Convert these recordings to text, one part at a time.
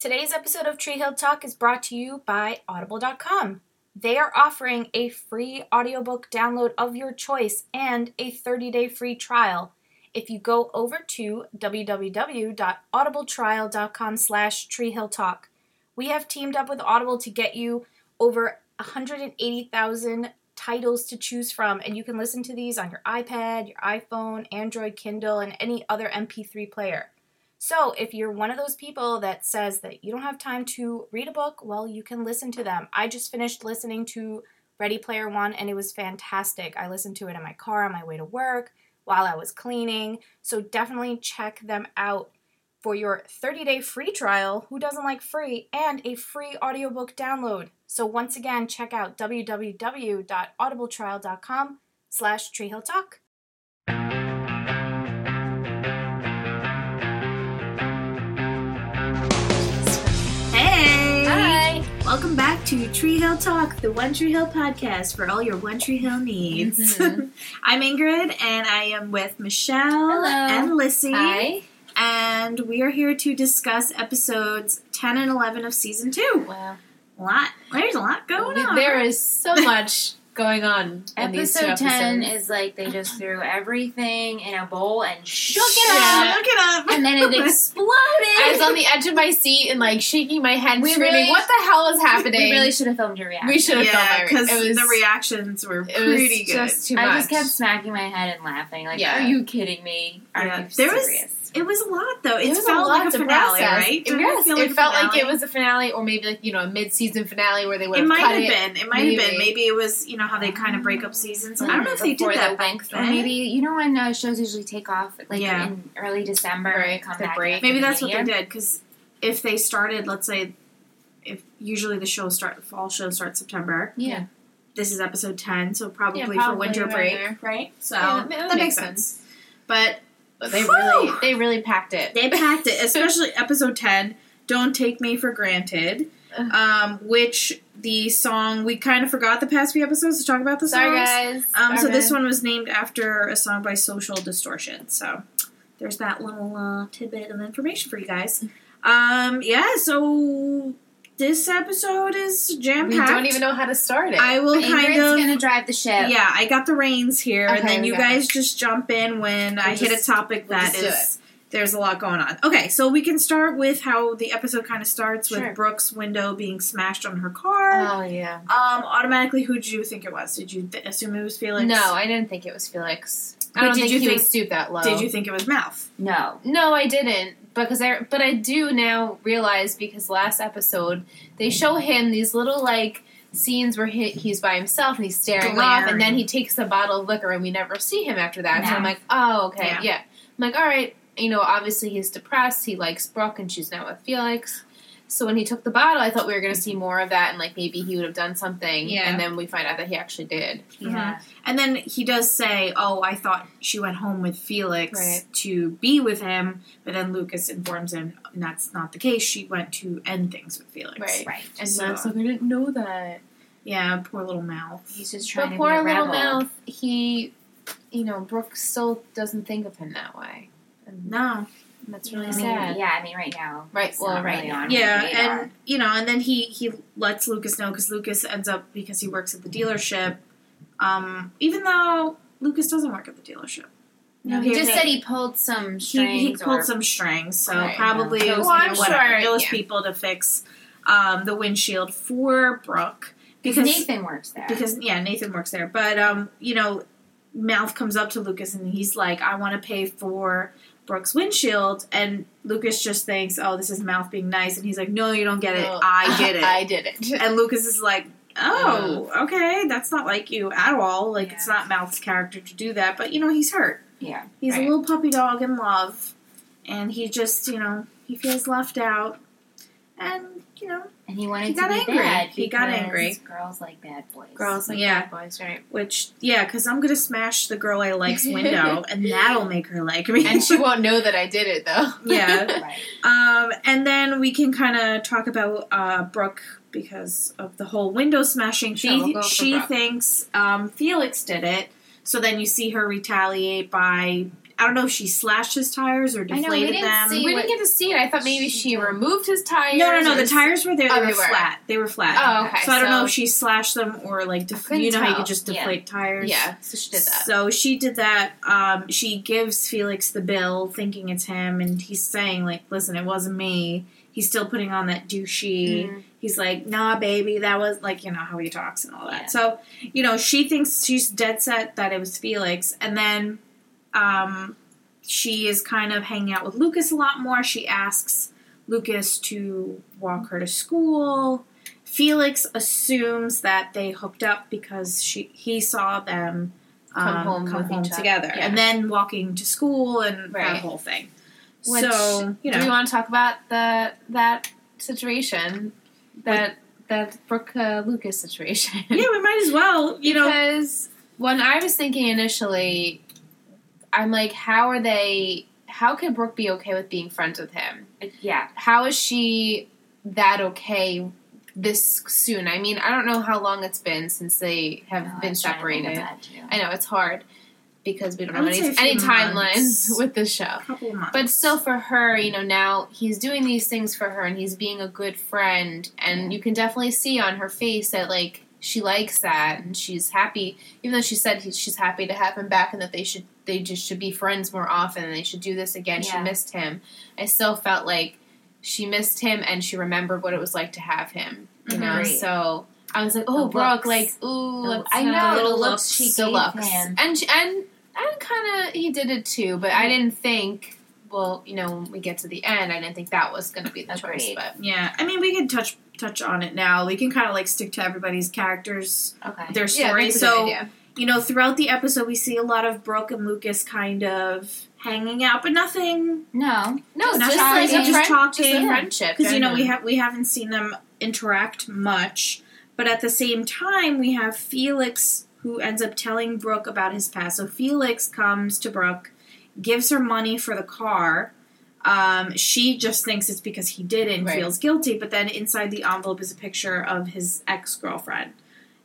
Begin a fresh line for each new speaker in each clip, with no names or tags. Today's episode of Tree Hill Talk is brought to you by Audible.com. They are offering a free audiobook download of your choice and a 30 day free trial. If you go over to www.audibletrial.com slash treehilltalk, we have teamed up with Audible to get you over 180,000 titles to choose from, and you can listen to these on your iPad, your iPhone, Android, Kindle, and any other MP3 player. So, if you're one of those people that says that you don't have time to read a book, well, you can listen to them. I just finished listening to Ready Player One and it was fantastic. I listened to it in my car on my way to work while I was cleaning. So, definitely check them out for your 30 day free trial. Who doesn't like free? And a free audiobook download. So, once again, check out www.audibletrial.com slash treehilltalk. Hey!
Hi.
Welcome back to Tree Hill Talk, the One Tree Hill podcast for all your One Tree Hill needs.
Mhm.
I'm Ingrid, and I am with Michelle
Hello.
and Lissy,
Hi.
and we are here to discuss episodes 10 and 11 of season two.
Wow.
A lot. There's a lot going on.
There is so much going on in these two
Episode ten
episodes.
is like they just threw everything in a bowl and shook
Shook
it
Yeah.
up,
Look it up.
and then it exploded.
I was on the edge of my seat and like shaking my head,
We
screaming,
really-
"What the hell is happening?"
we really should have filmed your reaction.
We should have
yeah,
filmed
because
my. It was
the reactions were
It was
pretty good.
just too much.
I just kept smacking my head and laughing. Like,
Yeah.
are you kidding me? Are
Yeah.
you
There was-
serious?
it was a lot, though. It,
It was
felt
a lot
like a
to
finale,
process.
right?
It,
Didn't
yes,
feel like
it
a
felt like
finale?
it was a finale, or maybe like you know a mid-season finale where they would
It
have
might
cut
have
it.
been. It might have been.
maybe.
Maybe it was, you know, how they kind of break up seasons. I don't know if they
Mm. Before
did that
the
back
length,
then.
or maybe you know when uh, shows usually take off, like
Yeah.
in early December,
Right,
and come
the
back.
break.
at the
Maybe that's what
beginning
they
of the
did because if they started, let's say, if usually the show start fall show starts September.
year. Yeah.
This is episode ten, so probably, for
probably
winter
around
break,
there.
right? So
Yeah, that makes
But
But they
Whew!
really, they really packed it.
they packed it, especially episode ten. Don't take me for granted. Um, which the song we kind of forgot the past few episodes to talk about the songs.
Sorry, guys.
Um, so
Sorry,
this
man.
one was named after a song by Social Distortion. So there's that little uh, tidbit of information for you guys. Um, yeah. So this episode is jam
we
packed.
don't even know how to start it.
I will kind
Ingrid's
of.
gonna drive the ship.
yeah, I got the reins here, and
Okay,
then
we
you
got
guys just jump in when I hit a
just-
topic
we'll
that
just do
is. There's a lot going on. Okay, so we can start with how the episode kind of starts
Sure.
with Brooke's window being smashed on her car.
oh yeah.
um, automatically, who did you think it was? Did you th- assume it was Felix?
No, I didn't think it was Felix. I
But
don't
did
think
you
he
think-
would stoop that low.
Did you think it was Mouth?
No.
No, I didn't. Because I, but I do now realize because last episode they show him these little like scenes where he, he's by himself and he's staring off, and
Glaring.
then he takes a bottle of liquor, and we never see him after that. So
No.
I'm like, oh, okay,
Yeah.
yeah. I'm like, all right, you know, obviously he's depressed. He likes Brooke, and she's not with Felix. So when he took the bottle, I thought we were going to see more of that, and like maybe he would have done something.
Yeah.
And then we find out that he actually did.
Yeah.
And then he does say, "Oh, I thought she went home with Felix
Right.
to be with him," but then Lucas informs him that's not the case. She went to end things with Felix.
Right.
Right.
And uh,
So-
so, like, I didn't know that.
Yeah, poor little mouth.
He's just
But
trying
poor
to be a
little
rebel.
mouth, he, you know, Brooke still doesn't think of him that way. And
No.
that's really
I mean,
sad.
yeah, I mean, right now.
Right,
it's
well,
not
right
really
now.
on
Yeah,
my radar.
and you know, and then he he lets Lucas know because Lucas ends up because he works at the dealership. Um, even though Lucas doesn't work at the dealership.
no, he just said he pulled some strings.
he, he pulled
or,
some strings, so
Right.
probably it was
Well,
you know,
I'm
whatever.
sure,
It was
yeah.
people to fix um, the windshield for Brooke because
Nathan works there.
because yeah Nathan works there, but um, you know, Mouth comes up to Lucas and he's like, "I want to pay for Brooke's windshield," and Lucas just thinks, "Oh, this is Mouth being nice," and he's like, "No, you don't get it.
No.
I get it."
I did it.
and Lucas is like. Oh, okay. That's not like you at all. Like it's
Yeah.
not Mouth's character to do that, but you know he's hurt.
yeah,
He's a
Right.
little puppy dog in love, and he just, you know, he feels left out, and you know,
and he wanted
He got
to be
angry.
bad.
He got
because
angry.
Girls like bad boys.
Girls- Yeah.
boys, right?
which yeah, because I'm gonna smash the girl I like's window, and that'll make her like me.
And she won't know that I did it though.
Yeah.
Right.
um, and then we can kind of talk about uh, Brooke because of the whole window smashing.
Sure, we'll
She
go for
she
Brooke.
thinks um, Felix did it, so then you see her retaliate by I don't know if she slashed his tires or
know, we
deflated
didn't
them.
see-
we didn't get to see it. I thought maybe she removed his tires.
no, no, no.
or
The
s-
tires were there. They
Oh,
were,
they were.
flat. They were flat.
Oh, okay,
So I don't
so-
know if she slashed them or like def-
couldn't
you know how you
tell.
could just
Yeah.
deflate tires.
Yeah, so she did that.
So she did that. Um, she gives Felix the bill, thinking it's him, and he's saying like, "Listen, it wasn't me." He's still putting on that douchey.
Mm.
He's like, "Nah, baby, that was like you know how he talks and all that."
Yeah.
So you know she thinks she's dead set that it was Felix, and then um, she is kind of hanging out with Lucas a lot more. She asks Lucas to walk her to school. Felix assumes that they hooked up because she he saw them um,
Come home with
home
each other.
together,
Yeah.
and then walking to school and
Right.
that whole thing.
Which,
so you
Do we
know,
want to talk about the that situation? That that Brooke uh, Lucas situation.
yeah, we might as well. You know,
because when I was thinking initially, I'm like, how are they? How could Brooke be okay with being friends with him?
yeah.
How is she that okay this soon? I mean, I don't know how long it's been since they have
No, oh, I
been
was trying to think of
separated.
that, too.
I know it's hard because we don't
I
have
would
any,
say a
any
few months.
timelines with this show.
a couple of months,
But still, for her, you know, now he's doing these things for her and he's being a good friend. And you can definitely see on her face that, like, she likes that and she's happy, even though she said he, she's happy to have him back and that they should, they just should be friends more often and they should do this again. She
Yeah.
missed him. I still felt like she missed him and she remembered what it was like to have him, you know?
Agreed.
So I was like, oh,
Mm-hmm. The looks.
Brooke, like, ooh,
The looks.
I
The
know
little
the
looks
looks,
she
the
gave
looks.
him.
And, she- and and kind of he did it too, but I didn't think. Well, you know, when we get to the end, I didn't think that was going to be the choice.
Agreed.
But
yeah. I mean, we can touch touch on it now. We can kind of like stick to everybody's characters,
Okay.
their
yeah,
story.
that's a good
so
idea.
you know, throughout the episode, we see a lot of Brooke and Lucas kind of hanging out, but nothing
No.
no,
just
just
chatting.
like a
Just
friend, just a
talking.
friendship.
because you know we
genuine.
have we haven't seen them interact much. But at the same time, we have Felix who ends up telling Brooke about his past. So Felix comes to Brooke, gives her money for the car. Um, she just thinks it's because he did it and
Right.
feels guilty. But then inside the envelope is a picture of his ex girlfriend.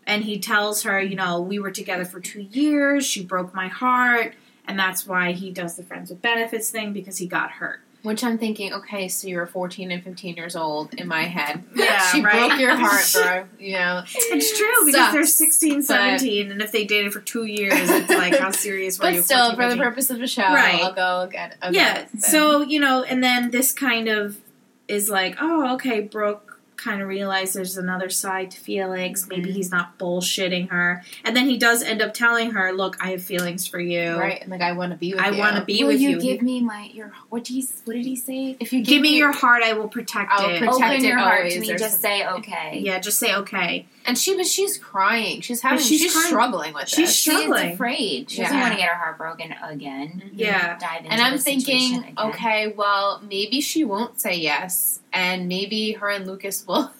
And he tells her, you know, we were together for two years. She broke my heart. And that's why he does the friends with benefits thing because he got hurt.
Which I'm thinking, okay, so you were 14 and 15 years old in my head.
Yeah,
she
right.
broke your heart, bro. You know,
It's true because
Sucks,
they're 16,
but-
17, and if they dated for two years, it's like how serious were
but
you?
still,
14,
for the
15?
purpose of the show,
Right.
I'll go get. I'll go
yeah.
with them.
So you know, and then this kind of is like, oh, okay, Brooke kind of realized there's another side to Felix. Maybe
Mhm.
he's not bullshitting her, and then he does end up telling her, "Look, I have feelings for you.
right, and like I want to be with
I
you.
want to be
Will
with
you,
you.
give me my your what did he what did he say?
If you
Give me your heart, I will protect
I'll
it.
protect-
Open
it
your heart
always
to me.
or
Just say okay.
yeah, just say okay.
And she, but she's crying. She's having.
she's
She's,
crying.
struggling with
She's
this.
She is
Struggling.
afraid. She doesn't
Yeah.
want to get her heart broken again.
Yeah.
Dive into
And I'm
the situation
thinking,
again.
okay, well, maybe she won't say yes, and maybe her and Lucas will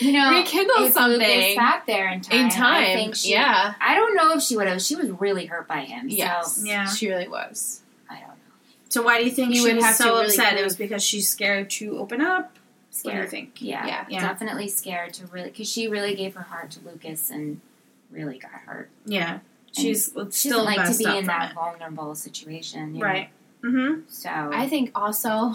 You know,
rekindle
if
something
Lucas sat there in time,
in
I
time.
think she,
yeah,
I don't know if she would have. She was really hurt by him.
yes,
So
Yeah.
she really was.
I don't know.
So why do you think
You
she
would
was
have to
so
really
upset? It
prove-
was because she's scared to open up. What do you
Scared.
think?
Yeah,
Yeah.
Yeah.
Definitely scared to really because she really gave her heart to Lucas and really got hurt.
Yeah, she's
She doesn't
still
like to
messed
be
up
in
from
that
it.
vulnerable situation. you know?
Right. Mm-hmm.
So
I think also,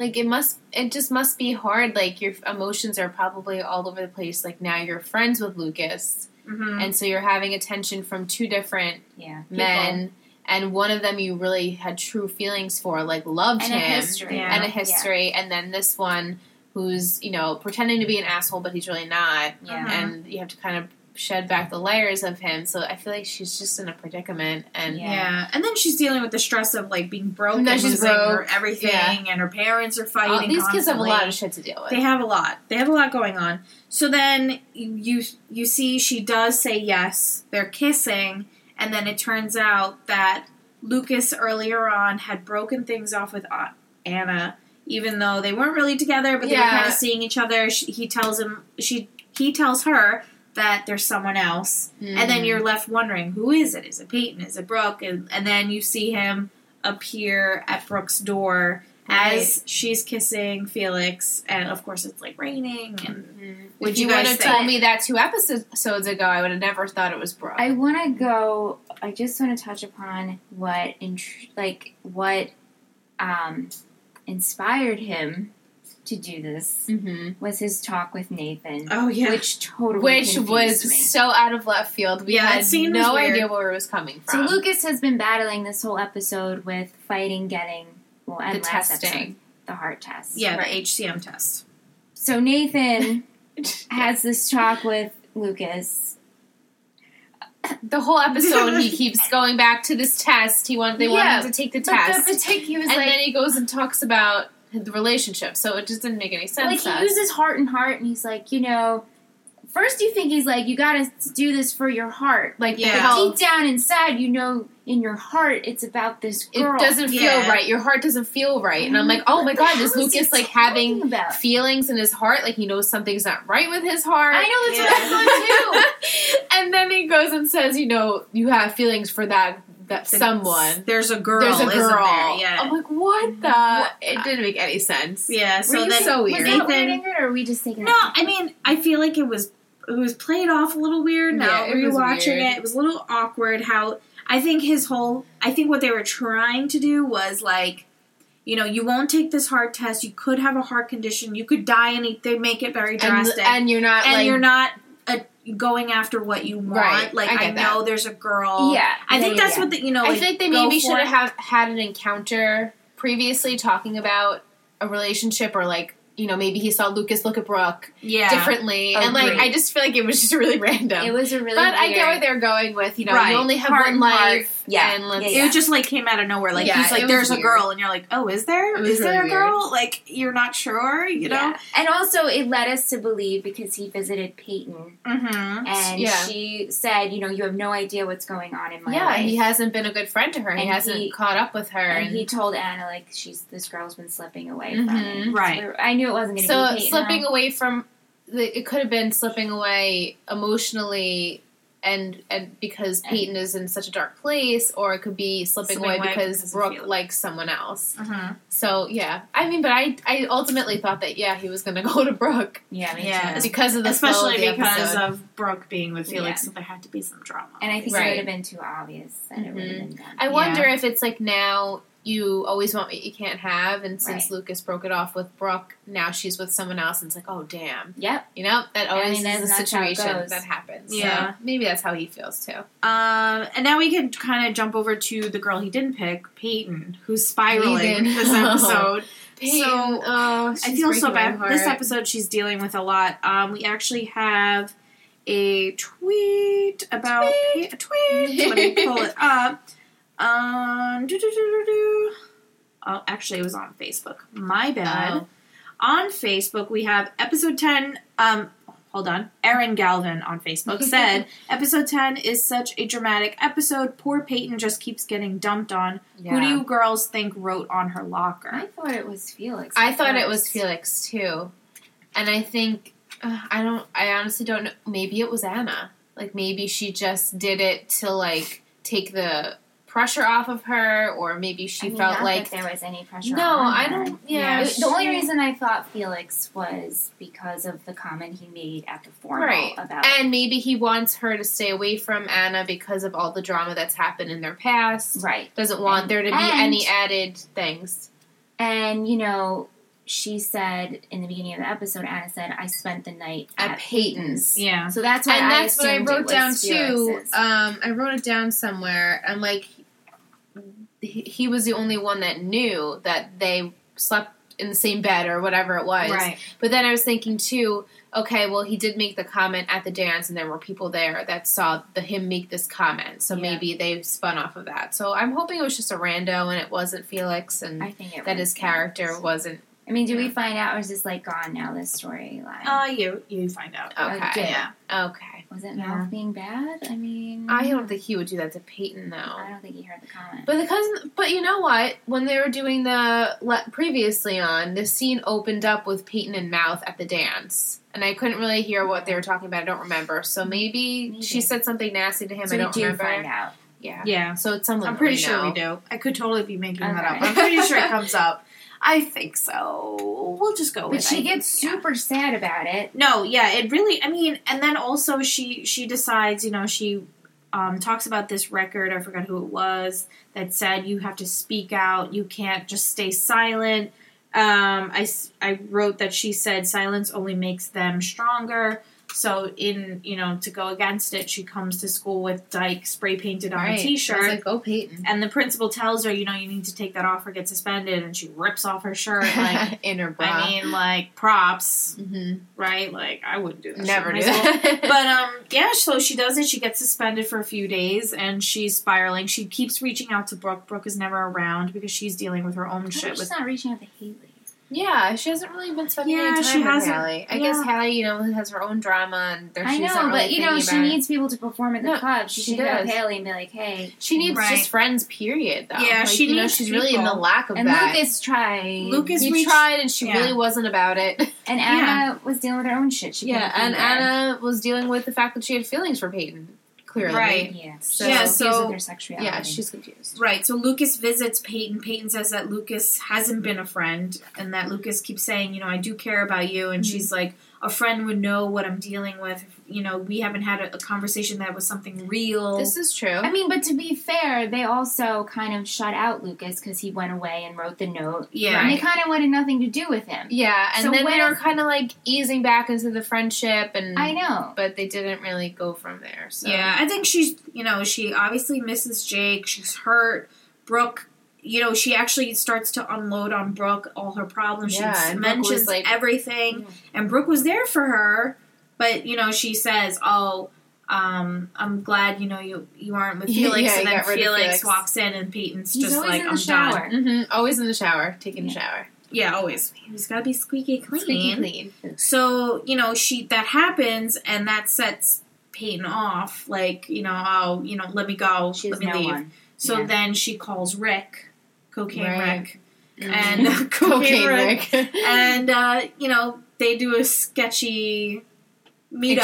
like it must, it just must be hard. Like your emotions are probably all over the place. Like now you're friends with Lucas,
Mm-hmm.
and so you're having attention from two different
yeah. People.
men, and one of them you really had true feelings for, like loved
and a
him,
history.
Yeah.
and a history, and then this one who's you know pretending to be an asshole but he's really not,
Yeah.
Mhm.
and you have to kind of shed back the layers of him. So I feel like she's just in a predicament, and
Yeah.
Yeah.
and then she's dealing with the stress of like being broke
And then
and
she's
losing her
broke.
everything,
Yeah.
and her parents are
all,
fighting.
these kids have a
constantly.
lot of shit to deal with.
They have a lot. They have a lot going on. So then you you, you see she does say yes. They're kissing, and then it turns out that Lucas earlier on had broken things off with Aunt Anna, even though they weren't really together, but they were
Yeah.
kind of seeing each other. She, he tells him she he tells her that there's someone else, and
Mm.
then you're left wondering who is it? Is it Peyton? Is it Brooke? And, and then you see him appear at Brooke's door. as she's kissing Felix, and of course it's like raining. And What
Mm. Would
do
you,
you guys
would have
think?
told me that two episodes ago, I would have never thought it was Brooke.
I want to go. I just want to touch upon what, intr- like, what um, inspired him to do this
hmm
was his talk with Nathan,
Mm. oh yeah,
which totally
Which
confused
was
me.
so out of left field. We
Yeah,
had
that scene was
no
weird.
idea where it was coming
So
from.
Lucas has been battling this whole episode with fighting, getting well, and
the
last episode,
testing.
the heart test.
yeah,
right.
the HCM test.
So Nathan has this talk with Lucas.
the whole episode, he keeps going back to this test. He wanted, they
Yeah,
wanted him to take the
But
test.
the partic- he was
and
like,
then he goes and talks about the relationship. So it just didn't make any
like
sense.
he
to us.
uses heart and heart, and he's like, you know, first you think he's like, you got to do this for your heart.
like
Yeah.
the
But
health.
deep down inside, you know, in your heart, it's about this
It
girl. Mm-hmm.
doesn't
Yeah.
feel right. Your heart doesn't feel right. And I'm like, oh
What
my
the
god,
hell
is
he
Lucas like
talking
having
about?
feelings in his heart? Like he knows something's not right with his heart.
I know that's
Yeah.
what I thought too.
and then he goes and says, you know, you have feelings for that that someone.
There's a girl.
There's a
isn't
girl. Oh,
there? Yeah.
I'm like, what the?
What
It didn't make any sense.
yeah. So
you
then
so
was
weird.
that
Nathan-
weird, or are we just taking
No, I mean, I feel like it was it was played off a little weird. Now
Yeah, it was
rewatching
weird.
it, it was a little awkward. How I think his whole I think what they were trying to do was like, you know, you won't take this heart test. You could have a heart condition. You could die, and they make it very
And,
drastic.
and you're not
And
like
you're not uh going after what you want.
Right,
Like
I
I,
get
know there's a girl.
Yeah,
I
yeah,
think
yeah,
that's
yeah.
what the, you know.
I
like,
think they
go
maybe
for
should
it.
have had an encounter previously talking about a relationship or like you know maybe he saw Lucas look at Brooke
yeah.
differently and like
Agreed.
I just feel like it was just really random.
It was a really
but I get where
weird.
they're going with you know
Right.
you only have
Heart
one
and heart.
life
Yeah.
and let's
Yeah,
It just like came out of nowhere. Like
Yeah,
he's like,
it was
"There's a
weird.
girl," and you're like, "Oh, is there?
It was
Is
really
there a
weird.
girl?" Like you're not sure, you know.
Yeah. And also, it led us to believe because he visited Peyton,
Mm-hmm.
and
Yeah.
she said, "You know, you have no idea what's going on in my
yeah
life."
he hasn't been a good friend to her he
And
hasn't
he-
caught up with her
and
and,
he told Anna like she's this girl's been slipping away from
Mhm.
him.
Right.
So I knew it wasn't going to
so
be Peyton.
slipping
huh?
away from the, it could have been slipping away emotionally and and because
And-
Peyton is in such a dark place or it could be slipping,
Slipping
away,
away
because,
because of
Brooke
feelings.
likes someone else
Mm-hmm.
so yeah I mean but I I ultimately thought that yeah he was gonna go to Brooke
Yeah, me
Yeah.
too.
because of the flow
Especially
of the
because
episode.
of Brooke being with Felix, so there had to be some drama.
And I think
Right. Mm-hmm.
it would have been too obvious that it would have been done.
I wonder if it's like now you always want what you can't have, and since
Right.
Lucas broke it off with Brooke, now she's with someone else, and it's like, oh damn,
Yep.
you know
I
that always
mean,
is the
that's how it
situation
goes.
that happens. So
Yeah.
maybe that's how he feels too.
um, and now we can kind of jump over to the girl he didn't pick, Peyton, who's spiraling
Peyton.
this episode.
Peyton,
So,
oh,
I
she's
feel so
breaking my
bad.
heart.
This episode she's dealing with a lot. Um, we actually have a tweet about
Tweet.
Pey- a tweet. Let me pull it up. Um, do, do, do, do, do. Oh, actually, it was on Facebook. My bad.
Oh.
On Facebook, we have episode 10. Um, hold on. Erin Galvin on Facebook said, Episode 10 is such a dramatic episode. Poor Peyton just keeps getting dumped on. Who do
Yeah.
you girls think wrote on her locker?
I thought it was Felix.
I
at
thought it
first.
was Felix too, and I think uh, I don't. I honestly don't know. Maybe it was Anna. Like maybe she just did it to like take the pressure off of her, or maybe she
I mean,
felt
not
like
that there was any pressure.
No,
on
I
her.
don't- yeah,
It- the only
she-
reason I thought Felix was because of the comment he made at the formal
Right.
about
And maybe he wants her to stay away from Anna because of all the drama that's happened in their past.
right,
Doesn't want there to be
And-
any added things.
and you know. She said in the beginning of the episode, Anna said, "I spent the night
At
at,
Peyton's."
Yeah.
So that's why
and
I
that's what I
assumed it
wrote
was
down too.
Felix's.
Um, I wrote it down somewhere. I'm like, he, he was the only one that knew that they slept in the same bed or whatever it was.
Right.
But then I was thinking too, okay, well he did make the comment at the dance and there were people there that saw the him make this comment. So
Yeah.
maybe they spun off of that. So I'm hoping it was just a rando and it wasn't Felix and
I think it
that
was
his character
Felix.
wasn't
I mean, do we find out, or is this like gone now? This storyline.
Uh, you you find out.
okay.
Okay.
Yeah.
Okay.
was it
yeah.
mouth being bad? I mean,
Mm-hmm.
I don't think he would do that to Peyton though.
I don't think he heard the comment.
But the cousin, but you know what? When they were doing the le- previously on, the scene opened up with Peyton and Mouth at the dance, and I couldn't really hear what they were talking about. I don't remember. So maybe,
Maybe.
she said something nasty to him.
so
I
we
don't
do
remember.
find out.
Yeah.
Yeah.
So it's someone.
I'm
that
pretty
we
sure
know.
we do. I could totally be making that up.
Okay.
I'm pretty sure it comes up. I think so. We'll just go with
But she
I
gets
think, yeah.
super sad about it.
No, yeah, it really. I mean, and then also she she decides, you know, she um, talks about this record. I forgot who it was that said you have to speak out. You can't just stay silent. Um, I s- I wrote that she said silence only makes them stronger. So in you know to go against it, she comes to school with Dyke spray painted on
right.
a
I
t-shirt.
was like, go Peyton.
and the principal tells her, you know, you need to take that off or get suspended. And she rips off her shirt. Like,
Inner bra.
I mean, like props
Mhm.
right? Like I wouldn't do that.
never
shit
do
myself.
that.
But um, yeah. So she does it. She gets suspended for a few days, and she's spiraling. She keeps reaching out to Brooke. Brooke is never around because she's dealing with her own
She's
shit. With
not reaching out to Haley.
yeah, she hasn't really been spending
Yeah,
any time
she
with
hasn't-
Hallie. I guess
yeah.
Hallie, you know, has her own drama and there
I
she's
know,
not really
but you know,
thinking
she
about it.
needs people to perform at the
No,
club. She,
she
should hit up
does.
Haley and be like, "Hey."
She needs
Right.
just friends, period. Though,
Yeah,
Like,
she
you know,
needs
she's really in the
people.
lack of
And
that.
Lucas tried.
Lucas
he
reached-
tried, and she
yeah.
really wasn't about it.
and
Yeah.
Anna was dealing with her own shit. She
yeah,
couldn't
and
be there.
Anna was dealing with the fact that she had feelings for Peyton. Clearly,
Right.
Yeah.
So-
Yeah,
Confused
so-
with her sexuality.
Yeah, she's confused.
Right, so Lucas visits Peyton. Peyton says that Lucas hasn't been a friend, and that Lucas keeps saying, you know, I do care about you. And she's
Mm-hmm.
like, a friend would know what I'm dealing with. You know, we haven't had a, a conversation that was something real.
This is true.
I mean, but to be fair, they also kind of shut out Lucas because he went away and wrote the note,
yeah,
and they kind of wanted nothing to do with him.
yeah, and
So
then they
when-
were kind of like easing back into the friendship, and
I know.
but they didn't really go from there. So
Yeah, I think she's, you know, she obviously misses Jake. She's hurt. Brooke, you know, she actually starts to unload on Brooke all her problems.
Yeah,
she
and Brooke was
mentions
like-
everything.
Yeah.
And Brooke was there for her, but, you know, she says, oh, um, I'm glad, you know, you, you aren't with
Yeah,
Felix.
yeah,
and
you
then
got rid of
Felix,
Felix.
walks in and Peyton's
He's
just
always
like,
in the
I'm
shower.
done.
hmm always in the shower, taking a
Yeah.
shower,
Yeah, always. He's got to be squeaky clean.
Squeaky clean.
So, you know, she that happens and that sets Peyton off, like, you know, oh, you know, let me go,
She's
let me
no
leave.
one.
So
Yeah.
then she calls Rick, cocaine
Right.
Rick,
Mm-hmm.
and uh,
Mm-hmm.
cocaine Rick, and uh, you know they do a sketchy meetup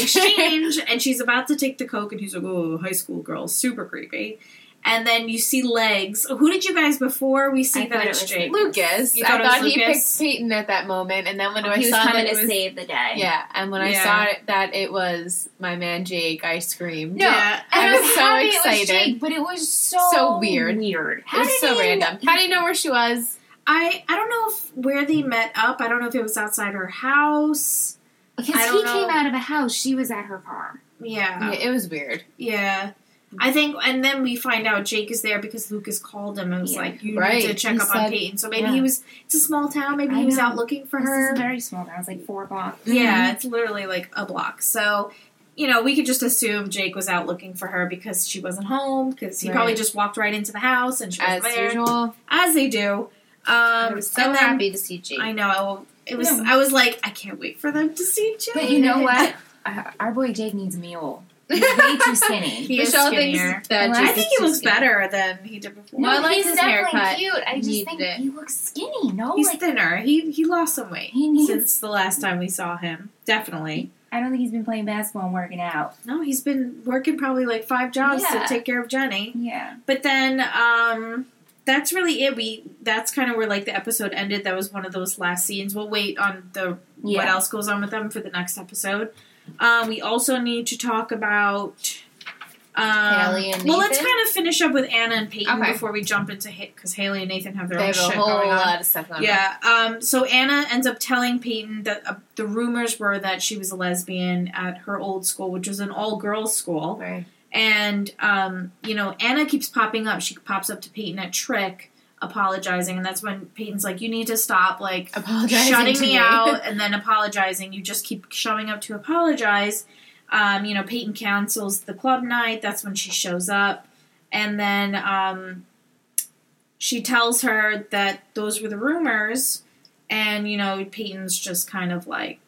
exchange, and she's about to take the coke, and he's like, "Oh, high school girl, super creepy." And then you see legs. Who did you guys before we see
I
that
thought it was
exchange?
Lucas.
You
I
thought it was
thought he
Lucas? Oh,
picked Peyton at that moment, and then when I
he was
saw
coming
that
to
it was,
save the day.
yeah, and when I
Yeah.
saw it, that it was my man Jake, I screamed.
No,
Yeah.
And
I
I'm
was so
happy It was
excited.
Jake, but it was so
So weird.
Weird.
It
How
was
did
so
he-
random. How do you know where she was?
I I don't know if where they met up. I don't know if it was outside her house. I
Because
don't
he came
know.
out of a house, she was at her car.
Yeah,
Yeah,
it was weird,
yeah. I think, and then we find out Jake is there because Lucas called him and was
Yeah.
like, "You
Right.
need to check
He
up on
said-
Peyton." So maybe
yeah.
he was. It's a small town. Maybe
I
he was
know.
out looking for
This
her.
is very small. That was like four o'clock.
Yeah,
Mhm.
it's literally like a block. So, you know, we could just assume Jake was out looking for her because she wasn't home, because he
Right.
probably just walked right into the house and she
as
was there.
usual.
As they do. Um,
I was so
and then-
happy to see Jake.
I know. It was.
Yeah.
I was like, I can't wait for them to see Jake.
But you know what? Uh, Our boy Jake needs a mule. He's way too skinny.
He is
Michelle
skinnier.
thinks that
Well,
Jake
I think
is
he
too
looks
skinny.
better than he did before.
No,
I like
he's
his
definitely
haircut.
cute. I just
Needed
think
it.
he looks skinny. No,
He's
like
thinner. He he lost some weight
He needs-
since the last time we saw him. Definitely.
I don't think he's been playing basketball and working out.
No, he's been working probably like five jobs
Yeah.
to take care of Jenny.
Yeah.
But then um that's really it. We that's kind of where like the episode ended. That was one of those last scenes. We'll wait on the
Yeah.
what else goes on with them for the next episode. Um, we also need to talk about um,
Haley and
well, let's
Nathan?
kind of finish up with Anna and Peyton
Okay.
before we jump into hit because Haley and Nathan have their
They
own
have a
shit
whole
going on.
lot of stuff going
Yeah. Um, so Anna ends up telling Peyton that uh, the rumors were that she was a lesbian at her old school, which was an all girls school.
on. Right.
And um, you know, Anna keeps popping up. She pops up to Peyton at Trick, apologizing, and that's when Peyton's like, "You need to stop like
Apologizing
shutting
to
me out and then apologizing. You just keep showing up to apologize." Um, you know, Peyton cancels the club night. That's when she shows up, and then um, she tells her that those were the rumors, and you know, Peyton's just kind of like,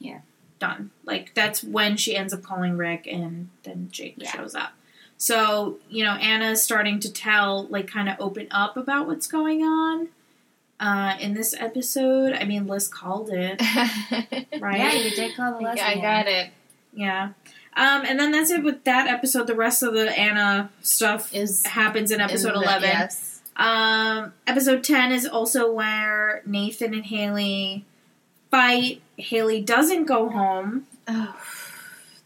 Yeah.
done. Like that's when she ends up calling Rick, and then Jake
Yeah.
shows up. So you know, Anna's starting to tell, like, kind of open up about what's going on. Uh, in this episode, I mean, Liz called it, right?
Yeah, you did call the lesbian.
I got it.
Yeah. Um, and then that's it with that episode. The rest of the Anna stuff
Is
happens in
in
episode
the-
eleven.
Yes.
Um, episode 10 is also where Nathan and Haley fight. Haley doesn't go home,
Oh,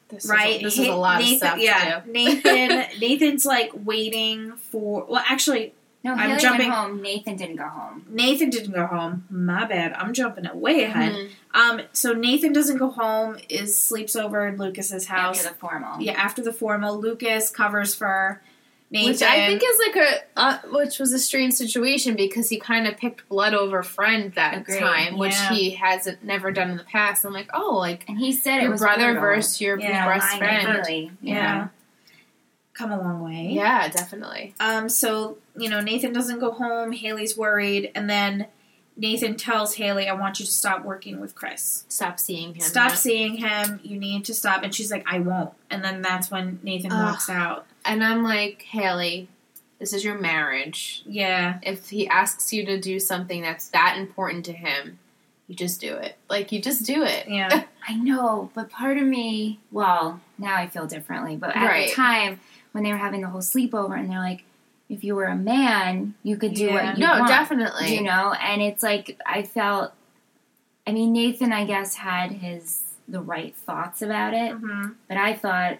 this
right?
Is a, this is a
Ha-
lot
Nathan,
of stuff.
Yeah,
to do.
Nathan. Nathan's like waiting for. Well, actually,
No,
I'm
Haley
jumping-
went home. Nathan didn't go home.
Nathan didn't go home. My bad. I'm jumping it way ahead.
Mhm.
Um, so Nathan doesn't go home. Is sleeps over in Lucas's house.
After the formal.
yeah, after the formal, Lucas covers for Nathan.
Which I think is like a, uh, which was a strange situation because he kind of picked blood over friend that
Agreed,
time, which
yeah.
he hasn't never done in the past. I'm like, oh, like
And he said it
your
was
brother
brutal.
versus your
Yeah,
best
Lying to
friend.
Haley.
yeah. come a long way.
Yeah, definitely.
Um, so you know, Nathan doesn't go home. Haley's worried, and then Nathan tells Haley, "I want you to stop working with Chris.
Stop seeing him.
Stop
Yeah.
seeing him. You need to stop." And she's like, "I won't." And then that's when Nathan
Ugh.
walks out.
And I'm like, Haley, this is your marriage.
Yeah,
If he asks you to do something that's that important to him, you just do it. Like, you just do it.
yeah,
I know, but part of me, well, now I feel differently, but at
Right.
the time when they were having the whole sleepover and they're like, if you were a man, you could do
Yeah.
what you
no,
want.
definitely.
You know, and it's like I felt I mean Nathan I guess had his the right thoughts about it,
hmm
but I thought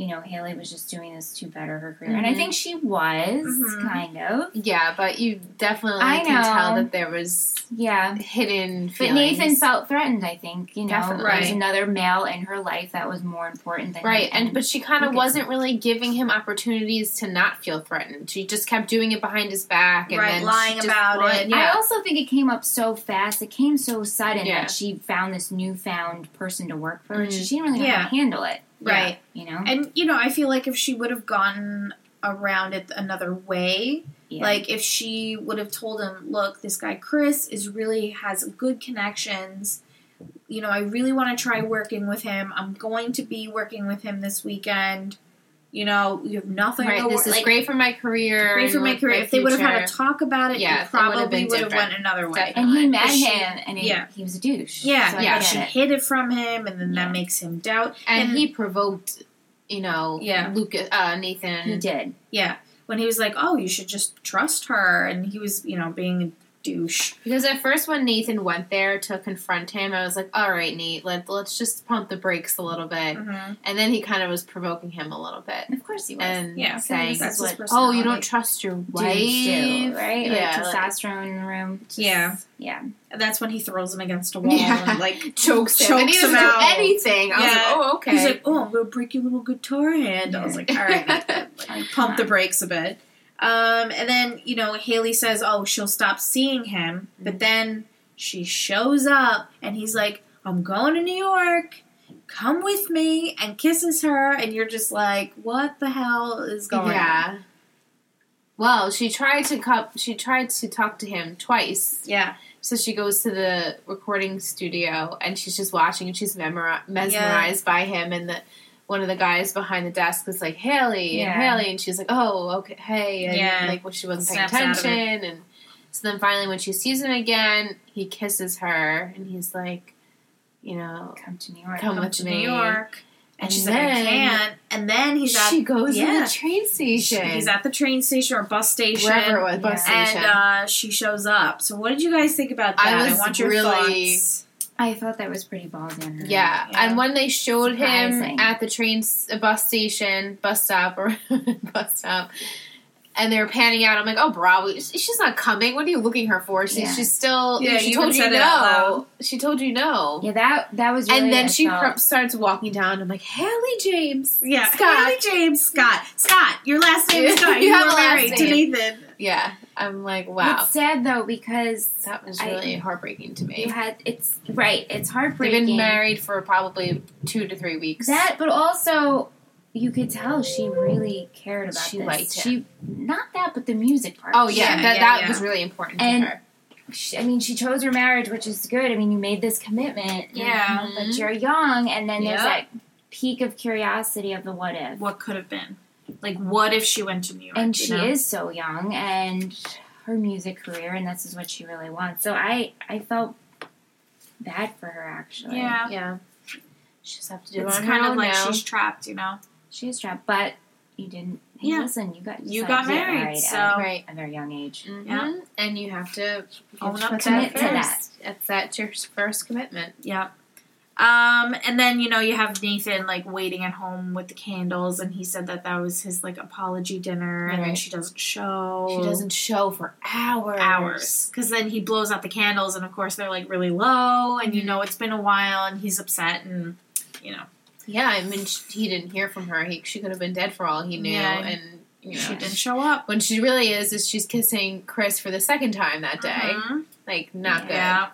you know, Haley was just doing this to better her career. And I
Mhm.
think she was,
Mhm.
Mm-hmm.
kind of.
Yeah, but you definitely
I
can
know.
tell that there was
Yeah.
hidden
But
feelings.
Nathan felt threatened, I think. You know,
Definitely.
there's another male in her life that was more important than
Right,
Nathan.
and but she kind
Look at
of wasn't really giving him opportunities to not feel threatened. She just kept doing it behind his back and
Right,
then
lying
just
about
lying-
it.
I
Yeah,
also think it came up so fast. It came so sudden
Yeah.
that she found this newfound person to work for. and
Mhm.
She didn't really know
Yeah.
how to handle it,
right.
you know?
And you know, I feel like if she would have gotten around it another way,
Yeah.
Like if she would have told him, "Look, this guy Chris is really has good connections. You know, I really want to try working with him. I'm going to be working with him this weekend. You know, you have nothing. to
right.
wor-
This is
like,
great for my career.
great for
and
my
like
career. if they would have had a
future.
talk about it,
Yeah,
it
it would have
probably
been
would have
different.
went another way.
Definitely.
and he met
But she-
him, and he-
yeah.
he was a douche.
Yeah,
so I
yeah.
get
She
it.
hid it from him, and then
Yeah.
that makes him doubt.
and,
and-
he provoked, you know,
Yeah.
Lucas, uh, Nathan.
He did.
Yeah, when he was like, "Oh, you should just trust her," and he was, you know, being a douche.
Because at first, when Nathan went there to confront him, I was like, "All right, Nate, let let's just pump the brakes a little bit."
Mm-hmm.
And then he kind of was provoking him a little bit
Of course he was.
and
Yeah.
saying,
That's his
what-
"Oh, you don't
personality.
trust your wife,
Dudes do, right?
Yeah,
like
like-
testosterone in the room. Just-
Yeah.
Yeah.
And that's when he throws him against a wall
Yeah.
and like
chokes him, and he
Chokes him
doesn't do
out.
anything." I was
Yeah.
like, "Oh, okay."
He's like, "Oh, I'm gonna break your little guitar hand." I was like, "All right, Uh-huh.
Like, come
pump the
on.
brakes a bit." Um, and then you know Haley says, "Oh, she'll stop seeing him," but then she shows up, and he's like, "I'm going to New York. Come with me," and kisses her, and you're just like, "What the hell is going on?"
yeah. Well, she tried to cup. She tried to talk to him twice.
Yeah,
So she goes to the recording studio and she's just watching and she's memori- mesmerized by him and the one of the guys behind the desk is like Haley
Yeah.
and Haley and she's like oh okay hey and
Yeah.
like well, she wasn't paying
Snaps out of it.
attention and so then finally when she sees him again he kisses her and he's like you know
Come to New York.
Come
come
with
to
me.
New York, and,
And
she's like, "I
then-
can't." And then he's at
she goes to
yeah.
the train station
he's at the train station or bus station,
wherever it was bus
Yeah.
station
and uh, she shows up. So, what did you guys think about
I
that?
was
want your
really-
thoughts.
I thought that was pretty ballsy on her.
Yeah.
Yeah.
and when they showed
Surprising.
him at the train, s- uh, bus station, bus stop, or bus stop, and they were panning out, I'm like, oh, bravo, Sh- she's not coming. What are you looking her for? She's,
Yeah.
she's still.
Yeah,
she
you
told
even
you
said it out
no.
loud.
She told you no.
Yeah, that that was really
and then
I
she
felt-
cr- starts walking down. I'm like, Haley James.
Yeah,
Scott.
Haley James Scott. Scott, your last name is Scott.
You
you
have
were
a last
married
name.
to Nathan.
Yeah, I'm like, wow,
It's sad though because
that was
I-
really heartbreaking to
you
me.
had it's right. It's
They've
heartbreaking.
been married for probably two to three weeks.
That, but also you could tell she really cared about
She
this.
liked
She
him.
not that, but the music part.
oh yeah, that
Yeah, yeah,
that
yeah.
was really important
And-
to her.
She- I mean, she chose her marriage, which is good. I mean, you made this commitment.
Yeah. Mm-hmm.
but you're young, and then there's
Yeah.
that peak of curiosity of the what if,
What could have been? Like, what if she went to New York?
and
you
she
know?
is so young, and her music career, and this is what she really wants. So I, I felt bad for her actually.
Yeah.
Yeah, she just have to do it
It's
on her
kind of
own
like
now.
she's trapped, you know?
She is trapped, but you didn't. Hey,
Yeah.
listen, you got
You
decided
got
to get
married,
married
so-
at
Right.
a very young age.
Mhm.
Yeah.
And you have to you have
Own
to
up
put
to
that
it. Commit to
first. That's that's your first commitment.
Yep. Um, and then you know you have Nathan like waiting at home with the candles, and he said that that was his like apology dinner, and then
Right.
she doesn't show.
She doesn't show for hours.
hours because then he blows out the candles, and of course they're like really low, and you know it's been a while, and he's upset, and you know
Yeah, I mean, sh he didn't hear from her. He, she could have been dead for all he knew.
Yeah.
And you know,
she didn't show up
when she really is, is she's kissing Chris for the second time that day.
Mhm.
Like, not
Yeah.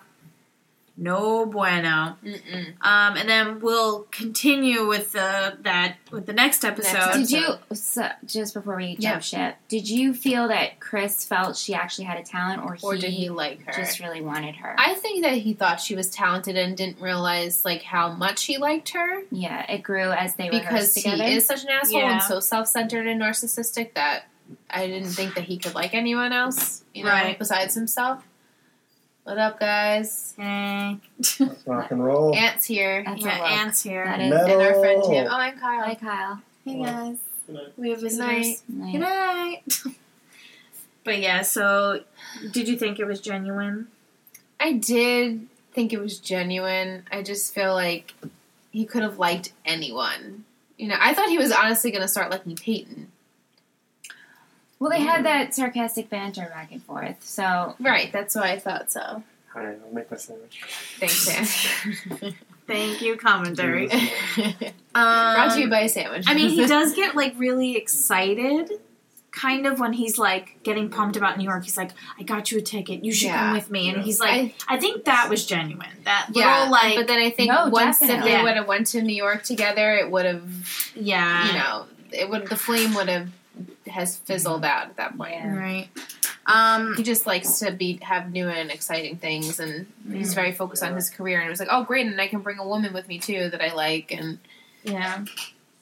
No bueno.
good. Mm-mm.
Um, and then we'll continue with the that with the next episode.
episode.
Did you so, just before we jump
Yeah.
ship? Did you feel that Chris felt she actually had a talent, or,
Or did he like her?
just really wanted her?
I think that he thought she was talented and didn't realize like how much he liked her
yeah, it grew as they
because
rehearsed
he
together.
is such an asshole
Yeah.
and so self-centered and narcissistic that I didn't think that he could like anyone else, you know,
Right.
besides himself. What up, guys?
Hey.
Let's rock and roll.
Ant's here.
That's
yeah,
a look.
Ant's here.
That is-
Metal.
And our friend Tim. Oh, and Kyle.
Hi, Kyle.
Hey guys,
Good night.
we have visitors.
night.
Nice.
Good night. but yeah, so did you think it was genuine?
I did think it was genuine. I just feel like he could have liked anyone. You know, I thought he was honestly going to start liking Peyton.
Well, they had that sarcastic banter back and forth, so
Right, that's what I thought so.
All right, I'll make my sandwich.
Thanks,
Thank you, commentary.
Yes.
Sam.
Um,
Brought to you by Sandwich.
I mean, he does get like really excited, kind of when he's like getting pumped about New York. He's like, "I got you a ticket. You should come
Yeah.
with me." And
Yeah.
he's like, "I think that was genuine. That little like,
but then I think
No,
once
definitely.
if
Yeah.
they would have went to New York together, it would have,
yeah,
you know, it would the flame would have has fizzled out at that point.
Yeah.
right." Um,
He just likes to be have new and exciting things, and he's
Mm.
very focused on
Yeah.
his career. And it was like, oh, great, and I can bring a woman with me too that I like, and
yeah.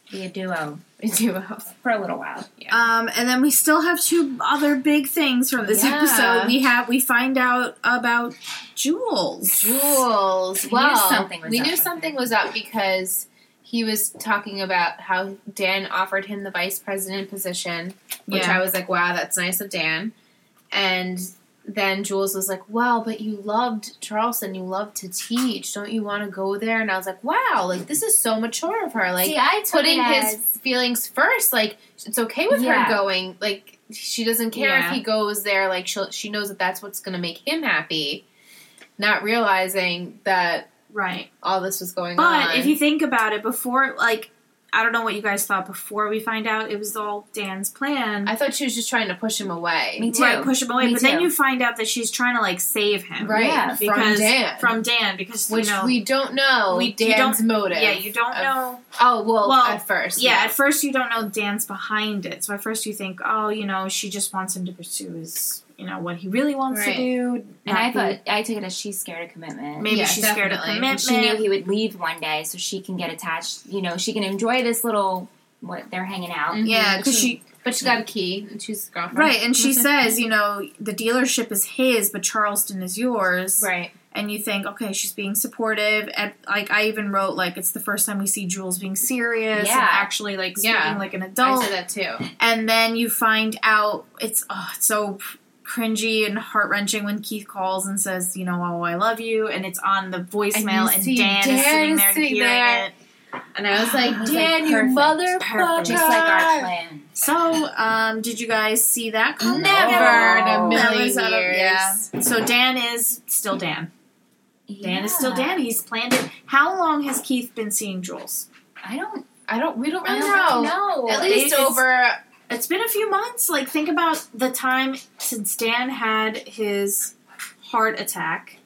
be a duo
we do. a-
for a little while.
Um, and then we still have two other big things from this
Yeah.
episode. We have we find out about Jules.
Jules,
knew
well,
something was
we
up
knew
with
something
her.
was up because he was talking about how Dan offered him the vice president position. which I was like, wow, that's nice of Dan. And then Jules was like, well, but you loved Charleston. You loved to teach. Don't you want to go there? And I was like, wow, like this is so mature of her. Like
See, I took
putting
it
his
as-
feelings first. Like it's okay with
Yeah.
her going. Like she doesn't care
Yeah.
if he goes there. Like she she knows that that's what's going to make him happy. Not realizing that
right.
all this was
Oh
going on.
But if you think about it, before like I don't know what you guys thought before we find out it was all Dan's plan.
I thought she was just trying to push him away.
Me too.
Right, push him away.
Me
but then
too.
you find out that she's trying to like save him,
Right.
Yeah,
Because
from Dan.
from Dan, because
which
you know,
we don't know
we- you
Dan's motive.
yeah, you don't
of-
know.
Oh well,
Well,
at first,
Yeah, at first you don't know Dan's behind it. So at first you think, oh, you know, she just wants him to pursue his, you know, what he really wants to
Right.
do.
And I
not be-
thought I took it as she's scared of commitment.
maybe
Yeah,
she's scared of
definitely.
commitment.
she knew he would leave one day, so she can get attached. You know, she can enjoy this little what they're hanging out.
Mhm.
yeah, because she
but she got a key and she's a girlfriend,
right, and she
Mhm.
says, you know, the dealership is his, but Charleston is yours.
right,
and you think, okay, she's being supportive. And like I even wrote, like it's the first time we see Jules being serious and
Yeah.
actually like speaking
Yeah.
like an
I
adult.
said that too.
And then you find out it's oh, it's so cringy and heart wrenching when Keith calls and says, you know, oh, I love you, and it's on the voicemail, and,
And you see
Dan, is
Dan
sitting there
sitting
hearing
there.
it.
And I was like,
I was like,
Dan, you
perfect,
motherfucker!
perfect.
Just like our plan.
So, um, did you guys see that?
never
Comment?
in a
No.
That
million
was
years.
out of- yeah. So Dan is still Dan. Dan is still
Yeah.
Dan. He's planned it. How long has Keith been seeing Jules?
I don't.
I don't. We don't
I
really
don't
know.
know.
At least
It's-
over.
It's been a few months. Like, think about the time since Dan had his heart attack,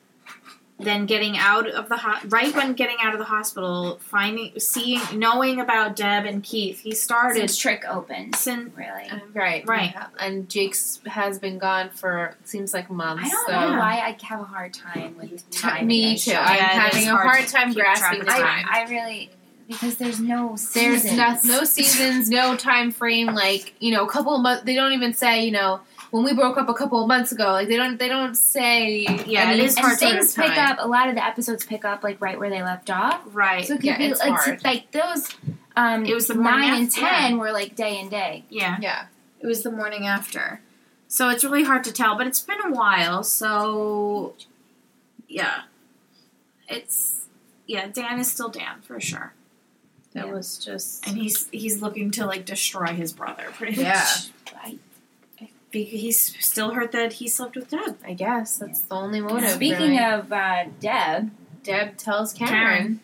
then getting out of the ho- right when getting out of the hospital, finding, seeing, knowing about Deb and Keith. He started
since trick opens.
since
Really,
uh, Right,
Right.
yeah. And Jake's has been gone for seems like months.
I don't
so.
know why I have a hard time with time.
Me
and
too.
I,
I'm
Yeah, it is
having a
hard
hard
to
time
keep track
grasping
of
the
time.
time.
I really because there's no
There's
seasons.
no, no seasons, no time frame. Like you know, a couple of months. They don't even say you know when we broke up a couple of months ago. Like they don't. They don't say.
Yeah,
any
it is
and
hard to
sort of
things pick
time.
up. A lot of the episodes pick up like right where they left off.
right.
So it could
Yeah,
be
it's
like,
hard.
like those. Um,
It was the morning
nine and
after.
ten were like day and day.
Yeah,
Yeah.
it was the morning after. So it's really hard to tell, but it's been a while. So yeah, it's yeah. Dan is still Dan for sure,
That
Yeah.
was just.
and he's he's looking to like destroy his brother. Pretty
Yeah.
much.
Right.
Be- He's still hurt that he slept with Deb.
I guess that's the only motive.
Speaking
really.
of uh, Deb,
Deb tells Karen,
Karen.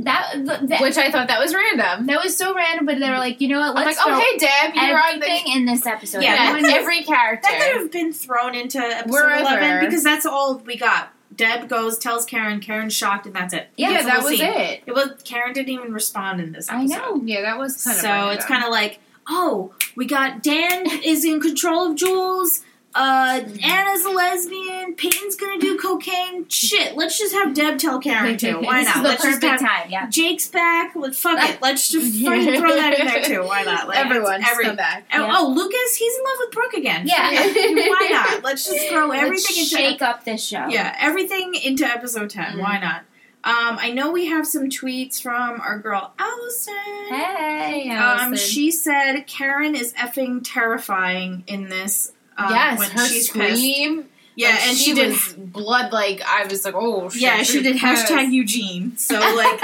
that, th- that
which I thought that was random.
that was so random, but they were like, you know what?
I'm like,
Let's throw
oh hey Deb, you're on the
everything in this episode.
Yeah,
yeah,
Everyone knows-
every character.
That could have been thrown into episode
Wherever.
11 because that's all we got. Deb goes, tells Karen, Karen's shocked, and that's it.
Yeah,
yeah,
That's the
that
whole
was
scene.
it.
It was Karen didn't even respond in this.
I
Episode.
know.
Yeah, that was kind of.
so
random.
it's kind of like, oh, we got Dan is in control of Jules. Uh, Anna's a lesbian. Peyton's gonna do cocaine. Shit, let's just have Deb tell Karen too. Why
this
not?
is the
let's just
perfect
have
time. Yeah.
Jake's back. Let's fuck it. Let's just fucking throw that in there too. Why not? Like,
everyone
it's every-
come back.
Oh,
Yeah.
oh, Lucas, he's in love with Brooke again.
Yeah.
Why not? Let's just throw
Let's
everything into
shake up this show.
yeah, everything into episode 10. Why not? Um, I know we have some tweets from our girl Allison.
Hey.
Um, she said Karen is effing terrifying in this. Um,
yes,
when
her
she's pissed.
scream.
Yeah,
Like,
and she, did.
was blood. Like I was like, oh, shit,
yeah, she did
yes.
hashtag Eugene. So like,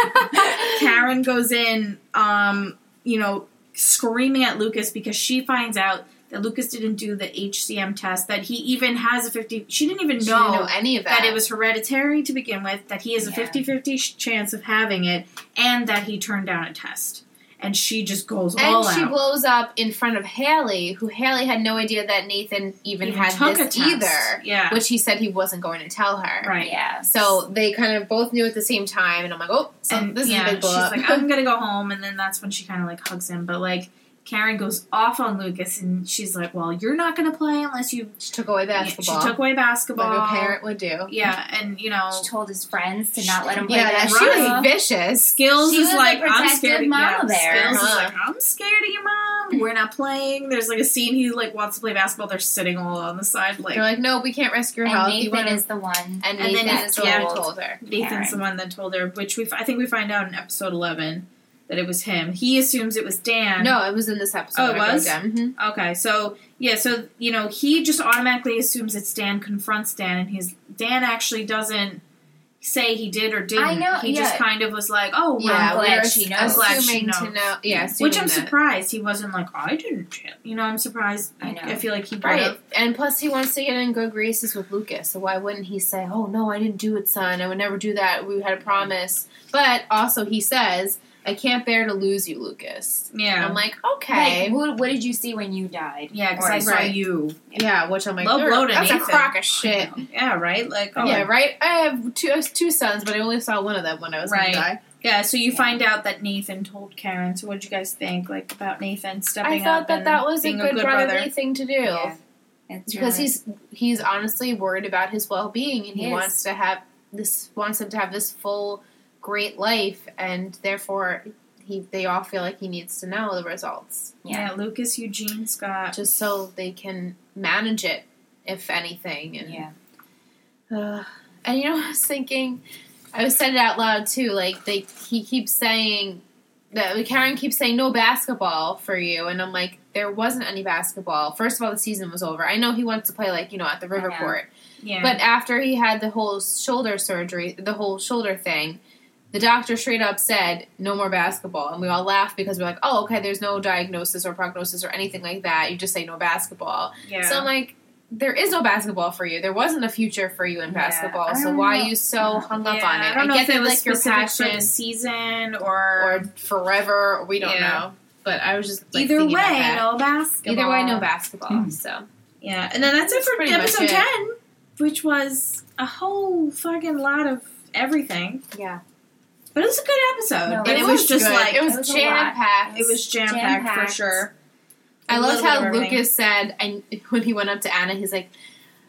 Karen goes in, um, you know, screaming at Lucas because she finds out that Lucas didn't do the HCM test. That he even has a fifty. She didn't even
She didn't know any of that.
that it was hereditary to begin with, that he has
Yeah.
a 50 50 chance of having it, and that he turned down a test. And she just goes
and
all
she
out.
blows up in front of Haley, who Haley had no idea that Nathan even,
Even
had
took a
this
test.
either,
Yeah.
which he said he wasn't going to tell her.
right.
Yeah.
So they kind of both knew at the same time, and I'm like, oh, so
and
this
yeah,
is a big blow
she's
up.
like, I'm gonna go home, and then that's when she kind of like hugs him. But like, Karen goes off on Lucas, and she's like, "Well, you're not gonna play unless you."
she took away basketball,
She took away basketball.
like a parent would do.
Yeah, and you know,
She told his friends to not let him play
Yeah, that
that
that's
she was
right.
vicious.
Skills
She
is
was a
like, I'm
protective
scared of
mama
yeah,
there,
Skills
huh?
is like, I'm scared of your mom. We're not playing. There's like a scene he like wants to play basketball. They're sitting all on the side, like
They're like, no, we can't risk your
And
health. you
Nathan
wanna-
is the one.
and
and then
Nathan is the
Nathan
one who
told-
told her.
Nathan's the one that told her. Which we, I think, we find out in episode eleven that it was him. He assumes it was Dan.
No, it was in this episode.
Oh, it
I wrote
was?
down. Mhm.
Okay, so yeah, so you know, he just automatically assumes it's Dan. Confronts Dan, and he's Dan actually doesn't say he did or didn't.
I know,
He just
yeah.
kind of was like, oh well.
Yeah,
glad
we're
she
knows.
Assuming
Glad she
to know. Yeah,
Which I'm
assuming that.
surprised he wasn't like I didn't. cheat." You know, I'm surprised.
I know.
I feel like he would
Right, and plus he wants to get in good graces with Lucas, so why wouldn't he say, "Oh no, I didn't do it, son. I would never do that. We had a promise." But also he says, "I can't bear to lose you, Lucas."
Yeah.
I'm like,
Like,
okay,
what, what did you see when you died?
yeah, because I
Right.
saw you.
yeah, which I'm like,
Low
"You're-
blow to
that's a
Nathan."
crock of shit.
Yeah, right. Like, oh,
Yeah, right. I have two I have two sons, but I only saw one of them when I was
Right.
gonna die.
Yeah, so you
Yeah.
find out that Nathan told Karen. So what did you guys think, like about Nathan stepping
I
up?
thought that
and
that was a
being
good, brotherly
brother?
thing to do.
Yeah. It's
because
really-
he's he's honestly worried about his well being and he
Yes.
wants to have this wants him to have this full great life and therefore he they all feel like he needs to know the results
Yeah.
yeah.
Lucas Eugene Scott.
just so they can manage it if anything and
Yeah.
Ugh. and you know I was thinking I was said it out loud too like they he keeps saying that Karen keeps saying no basketball for you and I'm like there wasn't any basketball first of all the season was over I know he wants to play like you know at the
know.
Riverport
Yeah,
but after he had the whole shoulder surgery, the whole shoulder thing, the doctor straight up said, no more basketball. And we all laughed because we're like, oh, okay, there's no diagnosis or prognosis or anything like that. You just say no basketball.
yeah,
So I'm like, there is no basketball for you. There wasn't a future for you in
Yeah,
basketball.
I
so
don't
why
know.
are you so hung up
Yeah,
on it?
I don't know
get
if
that,
it was
like your
specific for
passion
the season
or
or,
forever. Or we don't
Yeah.
know. But I was just like,
either
thinking
way,
about that.
no basketball. Hmm.
either way, no basketball. So
Yeah, and then that's it
That's
for
pretty much
episode
it.
ten, which was a whole fucking lot of everything.
yeah,
But it was a good episode,
No,
and it was, just
good.
like
it was,
it was a lot.
jam packed.
it was jam packed for
Jam-packed.
sure.
I
A
loved
little bit of
how
everything.
Lucas said, and when he went up to Anna, he's like,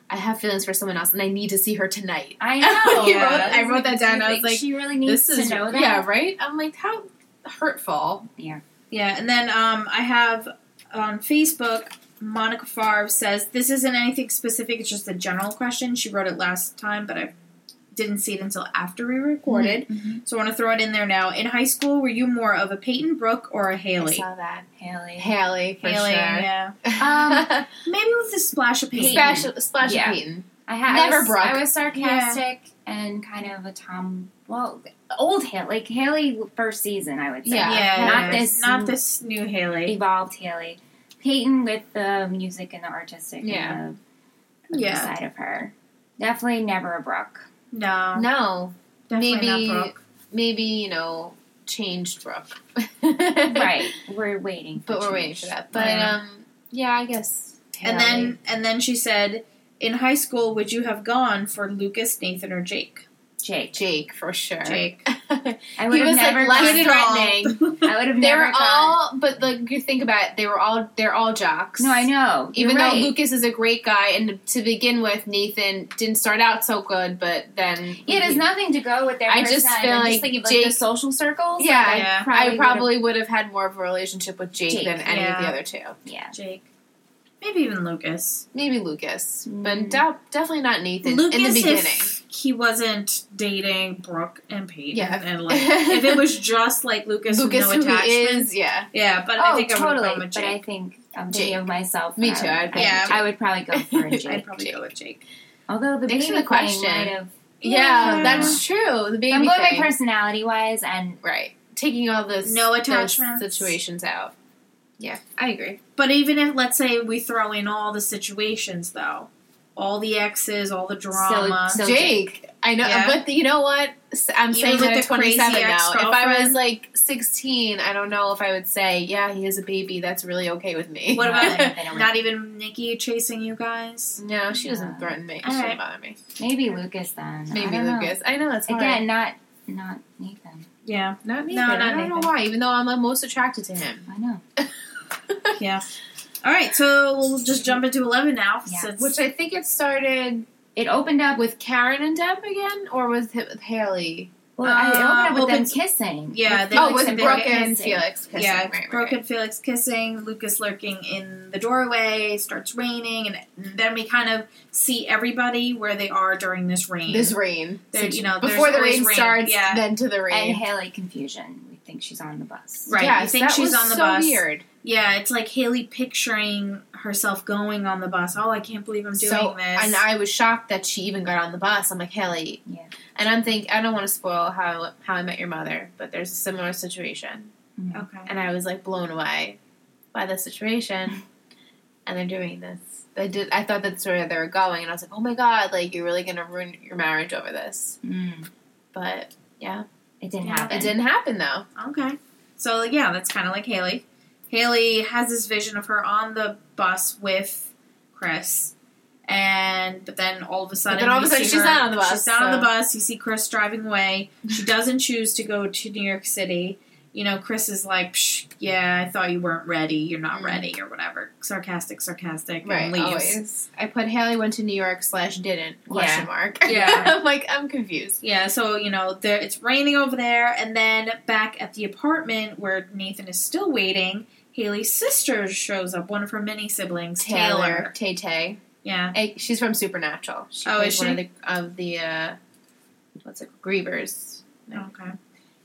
"I have feelings for someone else, and I need to see her tonight."
I
When
know.
he
Yeah.
wrote- I
It's
wrote that down.
do you
I was
think
like,
she really needs
"This is
to know that.
yeah, right." I'm like, how hurtful.
Yeah, and then um, I have on Facebook, Monica Favre says, This isn't anything specific, it's just a general question. She wrote it last time, but I didn't see it until after we recorded.
Mm-hmm.
Hmm.
So I want to throw it in there now. In high school, were you more of a Peyton Brooke or a
I
Haley?
saw that. Haley.
Haley, for
Haley,
sure.
yeah.
Um,
Maybe with a splash of Peyton.
splash, splash
Yeah.
of Peyton.
I had
Never
I was,
Brooke.
I was sarcastic and kind of a Tom. Well, old Haley, like Haley first season, I would say.
Yeah.
Yeah, yeah,
not
yeah.
this,
not this new Haley.
evolved Haley. Peyton with the music and the artistic
Yeah.
and the, the
Yeah.
side of her. Definitely never a Brooke.
No,
Um, No,
definitely
maybe
not Brooke.
maybe you know changed Brooke.
right. We're waiting. For
but we're waiting
change.
for that. But
Yeah.
um, yeah, I guess.
And
Haley.
then and then she said, "In high school, would you have gone for Lucas, Nathan, or Jake?"
Jake.
Jake for sure.
Jake.
I would
he was
have never
like
gone.
less threatening.
I would have
They
never
were
gone.
all, but like you think about it, they were all they're all jocks.
No, I know.
Even
You're
though
right.
Lucas is a great guy, and to begin with, Nathan didn't start out so good, but then
Yeah, there's nothing to go with their.
I just
personality.
feel
I'm
like
just thinking of, like
Jake-
the social circles.
Yeah,
like,
yeah.
I
I
probably,
I probably would have had more of a relationship with Jake,
Jake,
than any of the
yeah.
other two.
yeah.
Jake, maybe even Lucas.
Maybe Lucas,
Mm.
but doubt definitely not Nathan
Lucas,
in the beginning.
if he wasn't dating Brooke and Peyton,
Yeah.
and like if it was just like Lucas,
Lucas,
with no
who he
attachment,
is, yeah,
yeah. But I
oh,
think I would
totally.
go with
but I
Jake.
think I'm thinking of myself.
Me
and
too,
I
I'd
would,
probably
I,
Jake.
I would probably go for a Jake.
I'd probably go with Jake.
Although the
Thanks
baby
for the
thing
question.
might have.
yeah,
Yeah.
that's true. The baby
I'm going
thing.
by personality wise, and
right, taking all those
No
those
attachments.
situations out. Yeah, I agree.
But even if let's say we throw in all the situations though, all the exes, all the drama.
So
Jake, I know,
Yeah.
but you know what? S- I'm
Even
saying
with
that
the
at 27
crazy
now. If I was
ex-girlfriend?
like 16, I don't know if I would say, "Yeah, he is a baby. That's really okay with me."
What about-
I don't know.
Not even Nikki chasing you guys.
No, she doesn't
Yeah.
threaten me. She
All
doesn't
right.
bother me.
maybe Lucas then? I
Maybe
don't know.
Lucas. I know that's hard.
Again, not not Nathan.
Yeah,
Not me.
No,
but I
not
don't know
Nathan.
why. Even though I'm the most attracted to him.
I know.
yeah. All right, so we'll just jump into eleven now.
Yeah.
since-
Which I think it started
It opened up with.
with Karen and Deb again, or with, Hi- with Haley.
Well, I opened up
Uh,
with them
opens-
kissing.
yeah,
With
they-
oh,
Felix
with
and
Brooke
Brooke
and
kissing.
Felix. Kissing.
yeah,
right, right,
Brooke
right.
and Felix kissing, Lucas lurking in the doorway, starts raining, and then we kind of see everybody where they are during this rain.
This rain.
There- you know, there's
before the
always
rain, starts,
Yeah,
then to the
And
rain.
Haley confusion. We think she's on the bus.
Right, you
Yes,
think
that
she's
was
on the
so
bus.
Weird.
yeah. It's like Haley picturing herself going on the bus. Oh, I can't believe I'm doing
so,
this.
and I was shocked that she even got on the bus. I'm like Haley,
Yeah.
and I'm thinking I don't want to spoil how how I met your mother, but there's a similar situation,
okay.
and I was like blown away by the situation, and they're doing this. They did. I thought that's where they were going, and I was like, oh my god, like you're really gonna ruin your marriage over this.
Mm.
But
It didn't
Yeah.
happen.
it didn't happen though.
Okay. So yeah, that's kind of like Haley. Haley has this vision of her on the bus with Chris, and but then all of a sudden,
then all of a
you
sudden
see
she's
her-
not on the bus,
She's not on the
so-
bus. You see Chris driving away. She doesn't choose to go to New York City. You know, Chris is like, Psh, "Yeah, I thought you weren't ready. You're not
Mm.
ready, or whatever." Sarcastic, sarcastic,
Right,
and leaves.
always. I put Haley went to New York slash didn't question mark.
Yeah.
I'm like I'm confused.
Yeah, so you know, there it's raining over there, and then back at the apartment where Nathan is still waiting, Haley's sister shows up, one of her mini siblings, Taylor.
Tay Tay.
Yeah,
Hey, She's from Supernatural. She
Oh,
plays
is
one of the of the uh, what's it Grievers.
okay.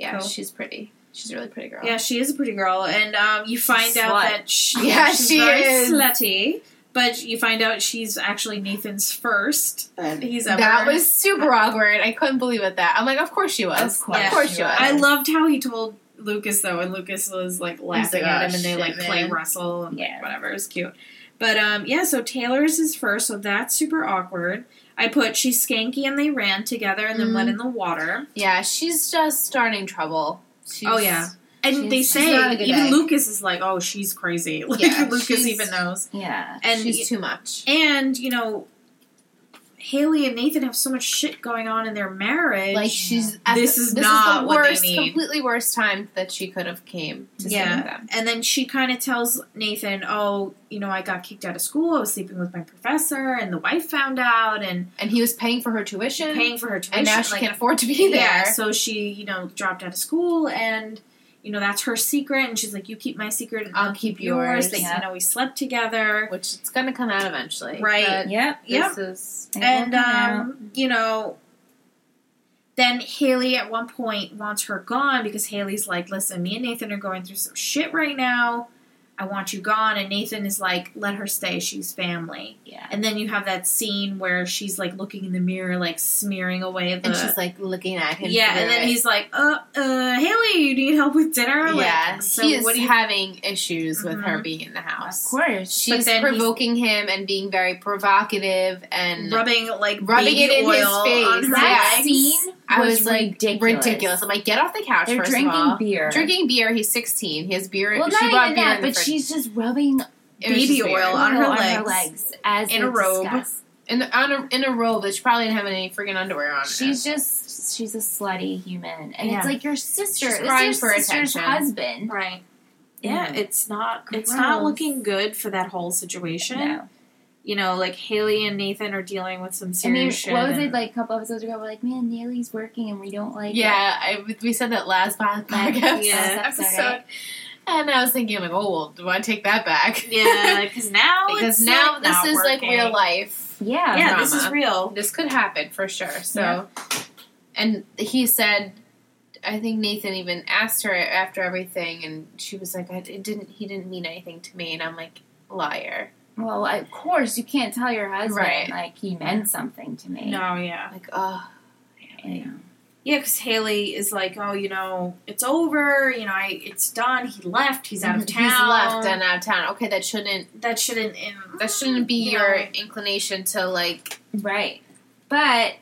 Yeah,
Cool.
she's pretty. She's a really pretty girl.
Yeah, she is a pretty girl, and um, you find out
Slut.
that she,
Yeah,
she's
she
very
is.
slutty, but you find out she's actually Nathan's first that he's ever.
That was super awkward. I couldn't believe it. That I'm like, of course she was.
Of course
she was.
I loved how he told Lucas though, and Lucas was like laughing
like,
at
"Oh,
him, and they
shit,
like play
man."
wrestle and like,
Yeah.
whatever. It was cute. But um, yeah, so Taylor's is first, so that's super awkward. I put she's skanky and they ran together and then went in
Mm-hmm.
the water.
yeah, she's just starting trouble. She's,
Oh, yeah. And
She's-
they
she's
say
not a good
even
egg.
Lucas is like, oh, she's crazy. Like,
Yeah,
Lucas
she's-
even knows.
Yeah.
And
she's too much.
and you know, Haley and Nathan have so much shit going on in their marriage.
Like she's
This
the,
is
this
not
the
what they
worst,
need.
completely worst time that she could have came to
Yeah.
save them.
And then she kind of tells Nathan, "Oh, you know, I got kicked out of school. I was sleeping with my professor, and the wife found out, and
And he was paying for her tuition,
paying for her tuition.
and now she
like,
can't afford to be there.
Yeah, so she, you know, dropped out of school, and you know that's her secret. And she's like, "You keep my secret, and
I'll keep yours.
They,
Yeah.
You know, we slept together,
which it's gonna come out eventually,
Right.
But
Yep.
Yep.
This is
They
and
worked it out.
um, you know." Then Haley at one point wants her gone because Haley's like, listen, me and Nathan are going through some shit right now. I want you gone. And Nathan is like, let her stay. She's family.
Yeah.
And then you have that scene where she's like looking in the mirror, like smearing away the.
and she's like looking at him.
yeah,
through
and then
it.
he's like, uh, uh, Haley, you need help with dinner? Like,
yeah,
so
he is
what do you
having issues with her
Mhm.
being in the
Of
house.
course.
She's
then he's-
provoking him and being very provocative and
rubbing like
Rubbing
baby
it in
oil
his face,
on her
yeah.
That
legs?
scene
I was,
was,
like
ridiculous.
I'm like, get off the couch.
They're
first
drinking
of all.
beer.
Drinking beer. He's 16. He has beer.
Well,
she
not even
brought beer
that,
in the
but
fridge.
she's just rubbing
It was just
baby
weird.
oil on her
oil
legs.
legs as
In a
we've
robe.
discussed.
in, the, on a, in a robe that she probably didn't have any freaking underwear on.
She's just she's a slutty human, and
Yeah.
it's like your sister.
She's
this is
crying
your
for
sister's
attention.
husband.
Right. Yeah,
Mm.
it's not it's not
Gross.
looking good for that whole situation.
No.
You know, like Haley and Nathan are dealing with some
I mean,
serious shit.
what was it
and-
like a couple episodes ago? We're like, man, Neely's working, and we don't like. it."
yeah, I, we said that last podcast
Yeah.
episode, and I was thinking like, oh, well, do I take that back?
Yeah, because now
because
it's,
now
like,
this
not
is Oh, like
working.
real life.
Yeah.
Yeah, this is
drama.
real.
This could happen for sure. So,
Yeah.
and he said, I think Nathan even asked her after everything, and she was like, I it didn't. He didn't mean anything to me, and I'm like, liar.
Well, of course you can't tell your husband
Right.
like he meant something to me.
No, yeah.
Like, oh,
You know.
Yeah, because Haley is like, oh, you know, it's over. You know, I, it's done. He left. He's out of town.
He's left and out of town. Okay, that shouldn't.
that shouldn't.
That shouldn't be
Yeah.
your inclination to like.
Right. But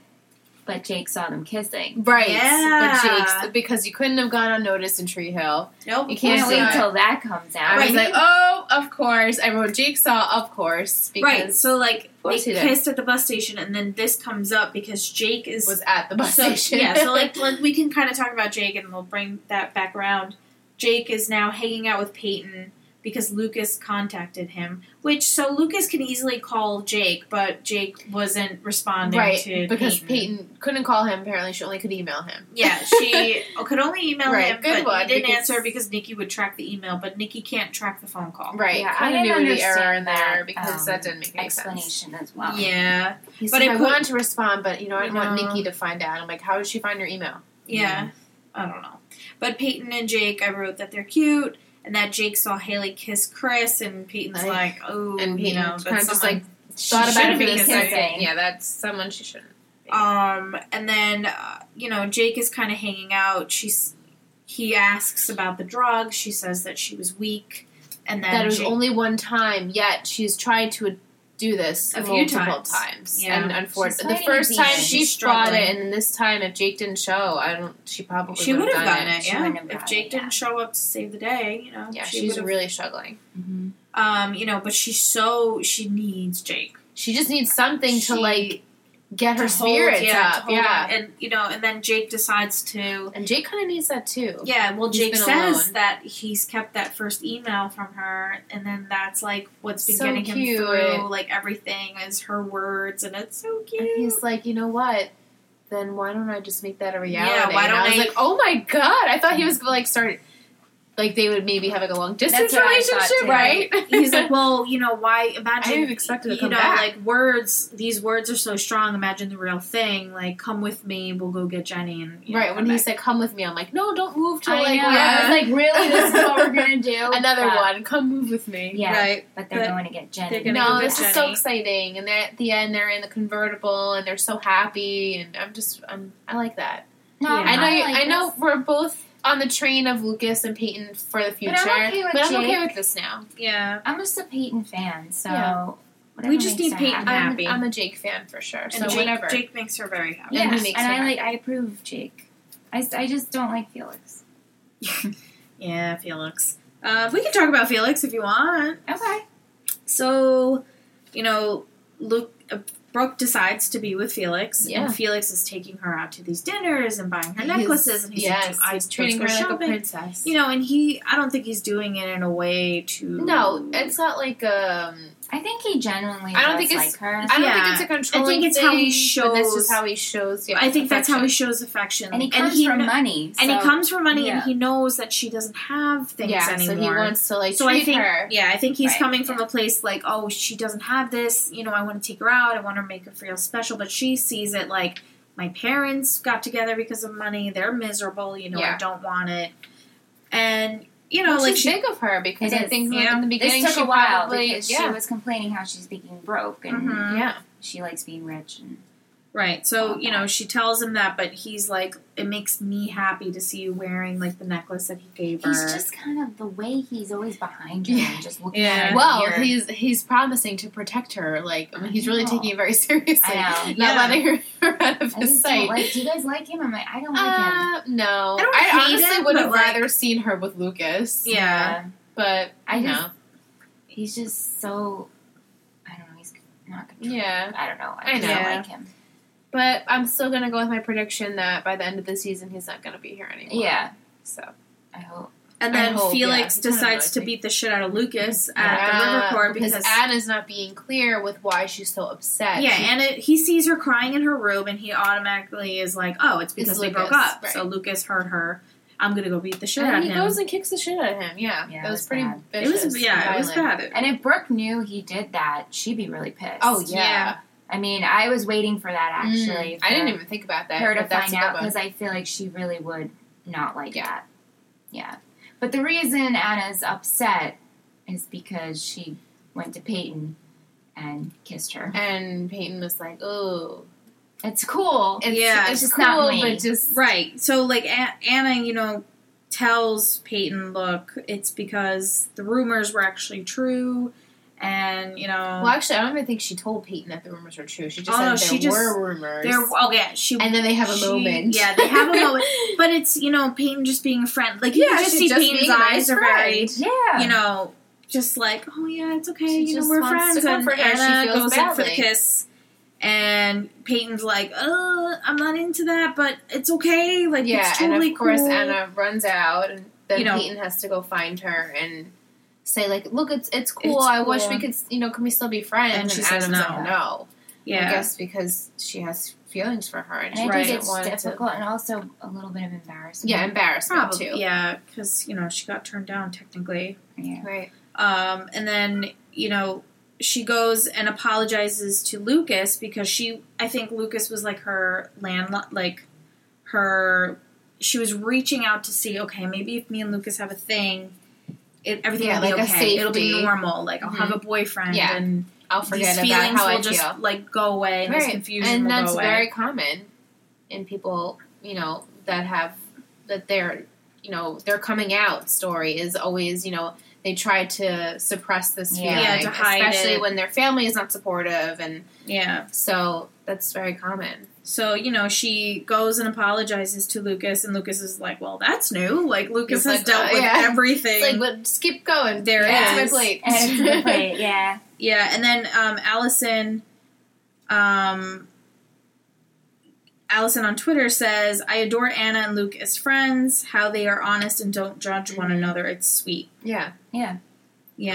but Jake saw them kissing.
Right.
Yeah.
But Jake's because you couldn't have gone unnoticed in Tree Hill.
Nope.
You
Can't
Can't
wait
do it.
till that comes out.
I was
Right.
like, oh, of course. I wrote Jake saw, of course, because
Right. So like they
course he did.
kissed at the bus station, and then this comes up because Jake is
was at the bus
so,
station.
Yeah, so like, like we can kind of talk about Jake, and we'll bring that back around. Jake is now hanging out with Peyton because Lucas contacted him, which so Lucas can easily call Jake, but Jake wasn't responding
right
to
because
Peyton.
Peyton couldn't call him. Apparently, she only could email him.
Yeah, she could only email
Right,
him,
good
but
one,
he didn't
because-
answer because Nikki would track the email, but Nikki can't track the phone call.
Right,
Yeah, I
kind of
didn't
knew the error
understand
in there
that,
because
um,
that didn't make any sense.
explanation as well.
Yeah,
He
But
said,
it
I
could-
wanted to respond, but you know, I didn't want
No.
Nikki to find out. I'm like, how did she find your email?
yeah. I don't know. But Peyton and Jake, I wrote that they're cute. And that Jake saw Haley kiss Chris, and Peyton's
Right.
like, "Oh,
And
you
Peyton
know,
kind
that's
of just
someone
like
She
thought about
shouldn't
it for
be
the second.
kissing.
Yeah, that's someone she shouldn't.
Um, and then uh, you know Jake is kind of hanging out. She's he asks about the drug. She says that she was weak, and then
that it was
Jake-
only one time, yet she's tried to do this
A few
multiple
times. Yeah.
And
She's
unfortunately, the
fighting
first
these
time
things.
she
She's
brought it,
struggling.
and then this time, if Jake didn't show, I don't. She probably
she
would
would
have
gotten it.
She
yeah,
wouldn't have
if
gotten
Jake
it, yeah.
didn't show up to save the day, you know,
Yeah,
she
she's
would've-
really struggling.
Mhm.
Um, you know, but she's so she needs Jake
She just needs something
She-
to like get her
to hold-
spirits
yeah, to
up.
hold
yeah,
on. and you know, and then Jake decides to.
and Jake kind of needs that too.
Yeah, well,
He's
Jake
been
says
alone.
that he's kept that first email from her, and then that's like what's been
So
getting him
cute.
through, like everything is her words, and it's so cute.
And he's like, you know what? Then why don't I just make that a reality?
Yeah, why
and I
don't
was
I-
like, oh my god! I thought he was gonna like start, like they would maybe have like a long distance
what I thought,
relationship,
too.
right?
he's like, well, you know, why?
I
Imagine
didn't expect it to
you
come
know,
back.
like words. These words are so strong. Imagine the real thing. Like, come with me. We'll go get Jenny. And you know,
right when
come
he
back.
said, "Come with me," I'm like, "No, don't move till
I
like
know.
yeah."
I was like, really? This is what we're gonna do?
another
But-
one. Come move with me.
Yeah,
right,
Uh, but they're
But
going to get Jenny.
they're gonna
No,
go get
this is so
Jenny.
exciting, and they're at the end. They're in the convertible, and they're so happy, and I'm just, I'm, I like that.
no,
Yeah.
I know, you,
like
I know,
this.
we're both on the train of Lucas and Peyton for the future,
But I'm okay with
but I'm
Jake.
okay with this now.
yeah.
I'm just a Peyton fan, so
Yeah.
whatever
We just
makes
need
her
Peyton
happy.
out.
I'm,
Happy.
I'm a Jake fan for sure.
And
so
Jake,
whatever.
Jake makes her very happy.
Yeah,
Yeah,
he makes
and
her
I like I approve of Jake. I, s- I just don't like Felix.
Yeah, Felix. Uh, we can talk about Felix if you want.
Okay.
So, you know, Luke, uh, Brooke decides to be with Felix,
Yeah.
and Felix is taking her out to these dinners and buying her
He's-
necklaces, and he's
yes,
like, "Do I
he's
let's
treating
go
her like a
shopping."
princess.
You know, and he, I don't think he's doing it in a way to.
no, it's not like um.
I think he genuinely
I don't
does
think it's-
like her.
I don't
Yeah.
think it's a controlling
I think it's how he
thing, but That's
shows-
just how he shows. Yeah,
I think that's how he
affection.
shows affection.
And he comes from
kn-
money.
And he
so-
comes from money,
yeah.
and he knows that she doesn't have things
yeah,
anymore.
so he wants to like
So
treat
I think,
her.
yeah, I think he's
Right,
coming from a place like, oh, she doesn't have this. You know, I want to take her out. I want to make her feel special. But she sees it like, my parents got together because of money. They're miserable. You know,
Yeah.
I don't want it. And you know,
Which
like
is
she,
big of her because
It
I
is,
think like,
yeah.
in the beginning
this took
she
a while
probably
because
yeah
she was complaining how she's being broke and
Mhm.
yeah
she likes being rich and
Right. So, you know, she tells him that, but he's like, it makes me happy to see you wearing like the necklace that he gave her.
he's just kind of the way he's always behind her and just looking at her.
Well,
weird.
he's he's promising to protect her. Like I mean, he's really
I know.
taking it very seriously.
I know.
Not
Yeah.
letting her, her out of
I
his
just don't
sight.
like. Do you guys like him? I'm like, I don't like him.
uh, no,
I don't
I,
hate
honestly
him,
would
but,
have
like-
rather seen her with Lucas.
Yeah.
but
I
I
just-
know.
he's just so. I don't know. He's not. Control-
Yeah,
I don't know. I,
I
just don't
know.
like him.
but I'm still gonna go with my prediction that by the end of the season he's not gonna be here anymore.
Yeah,
So
I hope.
and
I
then
hope,
Felix
yeah, he kinda
decides to
annoys me.
beat the shit out of Lucas
Yeah,
at the Riverport
uh, because,
because,
Anna's not being clear with why she's so upset.
yeah,
She-
and it, he sees her crying in her room, and he automatically is like, "Oh, it's because they broke
Lucas,
up." So Lucas hurt her. I'm gonna go beat the shit
and
out of
he
him.
goes and kicks the shit out of him. Yeah,
Yeah,
that
it
was,
was
pretty
bad.
it
vicious.
was yeah, it was
violent.
bad. It-
And if Brooke knew he did that, she'd be really pissed.
Oh
Yeah.
yeah.
I mean, I was waiting for that
Mm,
actually.
I didn't
for
even think about that.
her to
but
find
that's a good
out
one.
because I feel like she really would not like
Yeah.
that. Yeah, but the reason Anna's upset is because she went to Peyton and kissed her.
and Peyton was like, "Oh,
It's cool.
it's,
Yeah,
it's
it's
cool,
not me.
but just
Right. So like A- Anna, you know, tells Peyton, "Look, it's because the rumors were actually true, and you know,
well, actually, I don't even think she told Peyton that the rumors were true. She just
Oh,
said
no,
there
she just-
were rumors,
there. Oh yeah, she.
and then they have a
she-
moment.
Yeah, they have a moment. But it's you know, Peyton just being a friend. Like you
Yeah,
can just
she's
see
just
Peyton's
being a nice
eyes are very,
friend.
yeah,
you know, just like, oh yeah, it's okay.
She
you know,
just
we're
wants to
friends. and
comfort her. She
Anna
feels
goes in for the
badly.
kiss. And Peyton's like, "Uh, I'm not into that, but it's okay. Like,
yeah,
it's totally
and of course
cool."
Anna runs out, and then
You know-
Peyton has to go find her and say like, "Look, it's it's cool.
It's
I wish
cool.
we could, you know, can we still be friends?"
And she
Anna's
says
like,
no.
"No,
Yeah,
I guess because she has feelings for her, and,
And I
she
Right.
think
doesn't
it's
want
difficult and also a little bit of
to,
embarrassment.
yeah, embarrassment
probably
too,
yeah because you know she got turned down technically
Yeah.
right?
um, and then you know she goes and apologizes to lucas because she i think lucas was like her land like her she was reaching out to see okay maybe if me and lucas have a thing it, everything
Yeah,
will be
like a
okay it'll be
safety. Mm-hmm.
normal like i'll have a boyfriend
Yeah.
and
I'll forget
these
about
feelings
how
will
I
just
feel.
like go away and this
Right.
confusion
and
will
that's
go away
very common in people you know that have that their you know their coming out story is always you know they try to suppress this
Yeah.
feeling
Yeah, to hide
especially
it.
when their family is not supportive and
yeah
so that's very common
So, you know, she goes and apologizes to Lucas, and Lucas is like, Well, that's new. Like, Lucas
He's
has
like,
dealt
"Oh,
with
yeah."
everything.
it's like but just keep going
There
yeah, it's
is.
my plate
And it's a good play, yeah.
yeah, and then um, Allison, um, Allison on Twitter says, I adore Anna and Luke as friends, how they are honest and don't judge one another. It's sweet.
yeah
Yeah.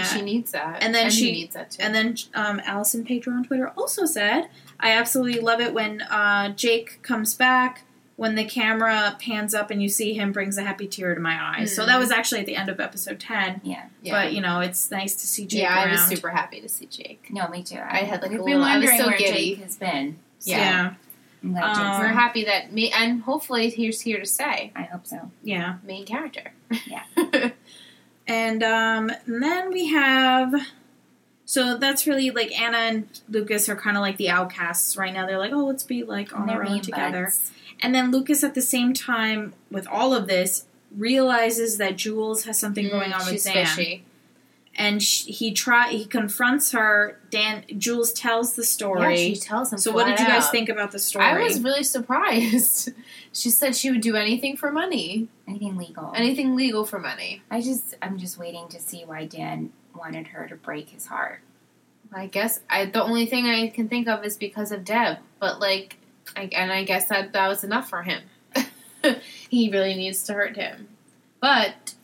she needs that
And then
he
she-
needs that too
And then um, Allison Pedro on Twitter also said, I absolutely love it when uh, Jake comes back, when the camera pans up and you see him brings a happy tear to my eye. So that was actually at the end of episode 10.
Hmm. yeah
But, you know, it's nice to see Jake
yeah I was
around.
super happy to see Jake
No, me too.
I had, like, a
we've
little-
been
I was
wondering
so
where
giddy.
Jake has been.
yeah.
yeah,
yeah.
I'm glad Jake's
Um,
we're
back.
happy that me and hopefully he's here to stay
I hope so.
main character
Yeah.
And, um, and then we have. So that's really like Anna and Lucas are kind of like the outcasts right now. They're like, oh, let's be like on
And they're
our own
being
together.
buds.
And then Lucas, at the same time with all of this, realizes that Jules has something going on with
Mm, she's
Dan,
fishy.
and sh he try he confronts her. Dan Jules tells the
Yeah,
story.
she tells him.
so what did you
flat
guys
out.
think about the story?
I was really surprised. she said she would do anything for money,
Anything legal.
anything legal for money.
I just, I'm just waiting to see why Dan wanted her to break his heart.
I guess I the only thing I can think of is because of Deb, but like, I, and I guess that that was enough for him. he really needs to hurt him, but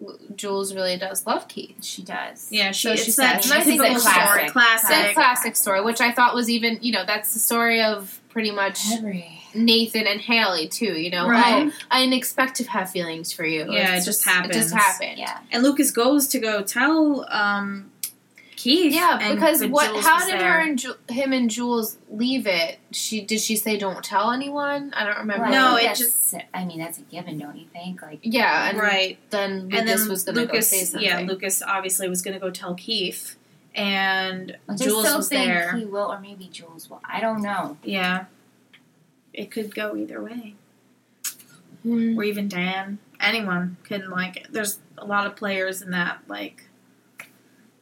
w- Jules really does love Keith.
She does.
yeah, she,
so
it's
she
that
said-
typical
she's a
story,
classic.
That
classic.
classic story, which I thought was even, you know, that's the story of pretty much
Henry.
Nathan and Haley too. You know,
Right.
oh, I didn't expect to have feelings for you.
Yeah,
It's
it just
It just
happens.
happened.
Yeah.
And Lucas goes to go tell um, Keith.
Yeah,
and-
because
but
what?
Jules
how
was
did
there.
her and Ju- him and Jules leave it? She did she say don't tell anyone? I don't remember.
Right.
No, it
That's-
just-
I mean, that's a given, don't you think? Like,
Yeah, and
right?
then
And
Lucas
then
was going to go
Lucas,
say something.
yeah, Lucas obviously was going to go tell Keith, and
I just
Jules
still
was
think
there.
he will, or maybe Jules will. I don't know.
Yeah, it could go either way.
Hmm.
Or even Dan. Anyone can like. There's a lot of players in that like.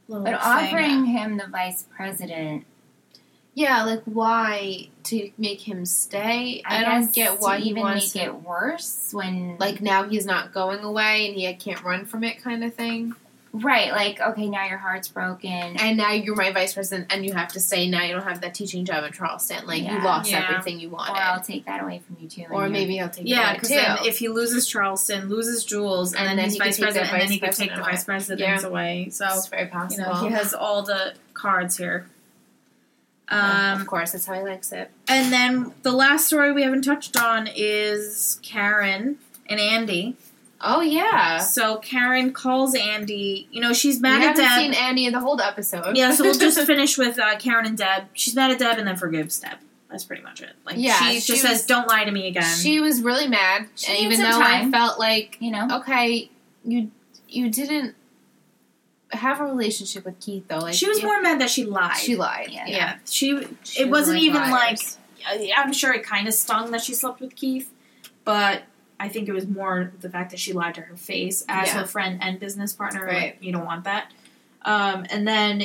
Little
But
thing.
offering him the vice president,
yeah, like why to make him stay?
I,
don't
guess,
get why
to
he
even
wants
make
to-
it worse when
Like now he's not going away, and he can't run from it, kind of thing.
right, like okay, now your heart's broken.
And now you're my vice president, and you have to say now you don't have that teaching job in Charleston. Like you
Yeah.
lost
Yeah.
everything you
Or I'll
wanted,
take that away from you too. and
or
you're-
maybe I'll take
Yeah,
it
because
too.
then if he loses Charleston, loses Jules, and,
And
then,
then
he's
he could
vice
take that
president, and then
vice
he could take the
president
vice presidents away. So
it's very
you
possible.
know he has all the cards here.
Yeah,
Um,
of course, that's how he likes it.
and then the last story we haven't touched on is Karen and Andy.
Oh yeah.
So Karen calls Andy. You know she's
We
mad at
haven't
Deb.
seen Andy in the whole episode.
yeah, so we'll just finish with uh, Karen and Deb. She's mad at Deb and then forgives Deb. That's pretty much it. Like
Yeah,
she,
she
just says,
was-
"Don't lie to me again."
She was really mad,
She
and
needs
even
some
though I
time.
felt like
you know,
okay, you you didn't have a relationship with Keith though. Like
She was
you-
more mad that she lied.
She lied.
Yeah.
yeah, she
She
it
was
wasn't
really
even
liars.
like uh, I'm sure it kind of stung that she slept with Keith, but I think it was more the fact that she lied to her face as
Yeah.
her friend and business partner.
Right.
Like, you don't want that. Um, and then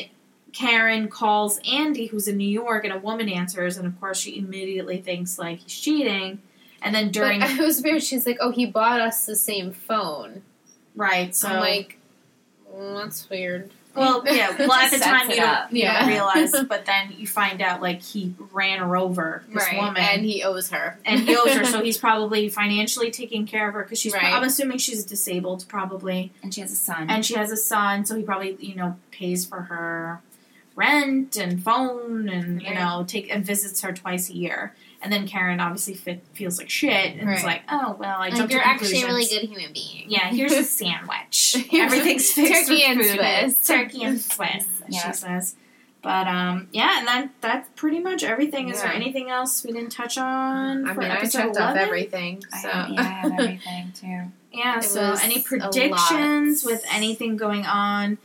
Karen calls Andy, who's in New York, and a woman answers, and of course she immediately thinks like he's cheating. And then during
But it was weird. She's like, "Oh, he bought us the same phone."
right, so
I'm like, "Mm, "That's weird."
well, yeah. Well, at
Just
the
sets
time
it
you don't,
up.
you don't
Yeah.
realize, but then you find out like he ran her over this
right,
woman,
and he owes her,
and he owes her, so he's probably financially taking care of her because she's.
Right.
I'm assuming she's disabled, probably,
and she has a son.
and she has a son, so he probably you know pays for her rent and phone, and you
Right.
know take and visits her twice a year. And then Karen obviously fit, feels like shit, and it's like,
Right.
oh well, I
Like,
jumped to
you're actually a really
conclusions.
good human being.
Yeah, here's a sandwich.
Here's
Everything's fixed
turkey
with
and
food.
Swiss.
Turkey and Swiss, as
Yeah.
she says. But um, yeah, and that that's pretty much everything. Is there
Yeah.
anything else we didn't touch on?
I
for
mean, I
episode
checked
11?
off everything.
I
So
have, yeah, I have everything too.
Yeah,
It
so
was
any
a
predictions
lot.
with anything going on?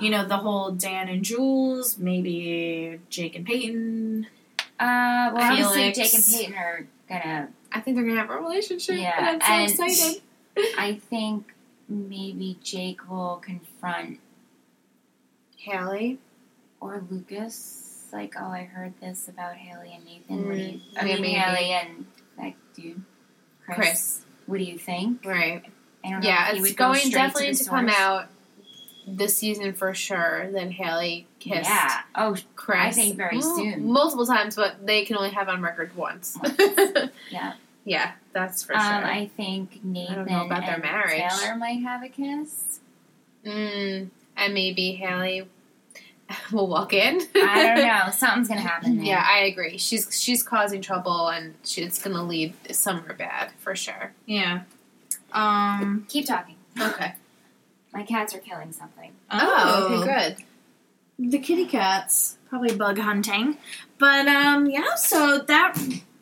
You know, the whole Dan and Jules, maybe Jake and Peyton.
Uh, well, obviously
Felix.
Jake and Peyton are gonna.
I think they're gonna have a relationship.
Yeah,
and I'm so
and-
excited.
I think maybe Jake will confront
Hallie,
or Lucas. Like, oh, I heard this about Haley and Nathan. What do you,
Mm,
I mean,
maybe.
Haley and that dude, Chris.
Chris,
What do you think?
right?
I don't know
Yeah,
if he
it's
would go
going
straight
definitely
to,
to,
the
come
source.
out this season for sure. Then Haley kissed
Yeah. Oh,
Chris.
I think very
Mm,
soon.
multiple times, but they can only have on record once.
Oh. Yeah.
yeah, that's for
um,
sure.
I think Nathan
about their
and
marriage.
Taylor might have a kiss.
mm, and maybe Haley will walk in.
I don't know. Something's gonna happen. There.
yeah, I agree. She's she's causing trouble, and she, it's going to lead somewhere bad for sure.
Yeah. Um.
Keep talking.
Okay.
My cats are killing something.
Oh, okay, good.
the kitty cats probably bug hunting but um yeah so that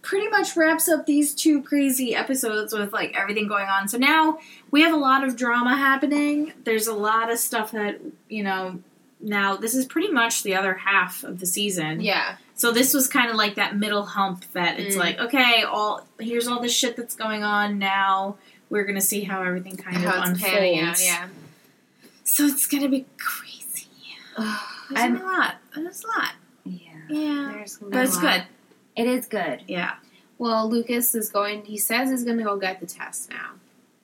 pretty much wraps up these two crazy episodes with like everything going on so now we have a lot of drama happening there's a lot of stuff that you know now this is pretty much the other half of the season
Yeah,
so this was kind of like that middle hump that it's
Mm.
like okay all here's all this shit that's going on now we're gonna see how everything kind of
how it's
unfolds
panning out. Yeah.
so it's gonna be crazy there's
I'm-
a lot there's a lot
Yeah,
yeah
There's gonna be
but
a
it's
lot.
good.
it is good.
Yeah.
Well, Lucas is going. He says he's going to go get the test now.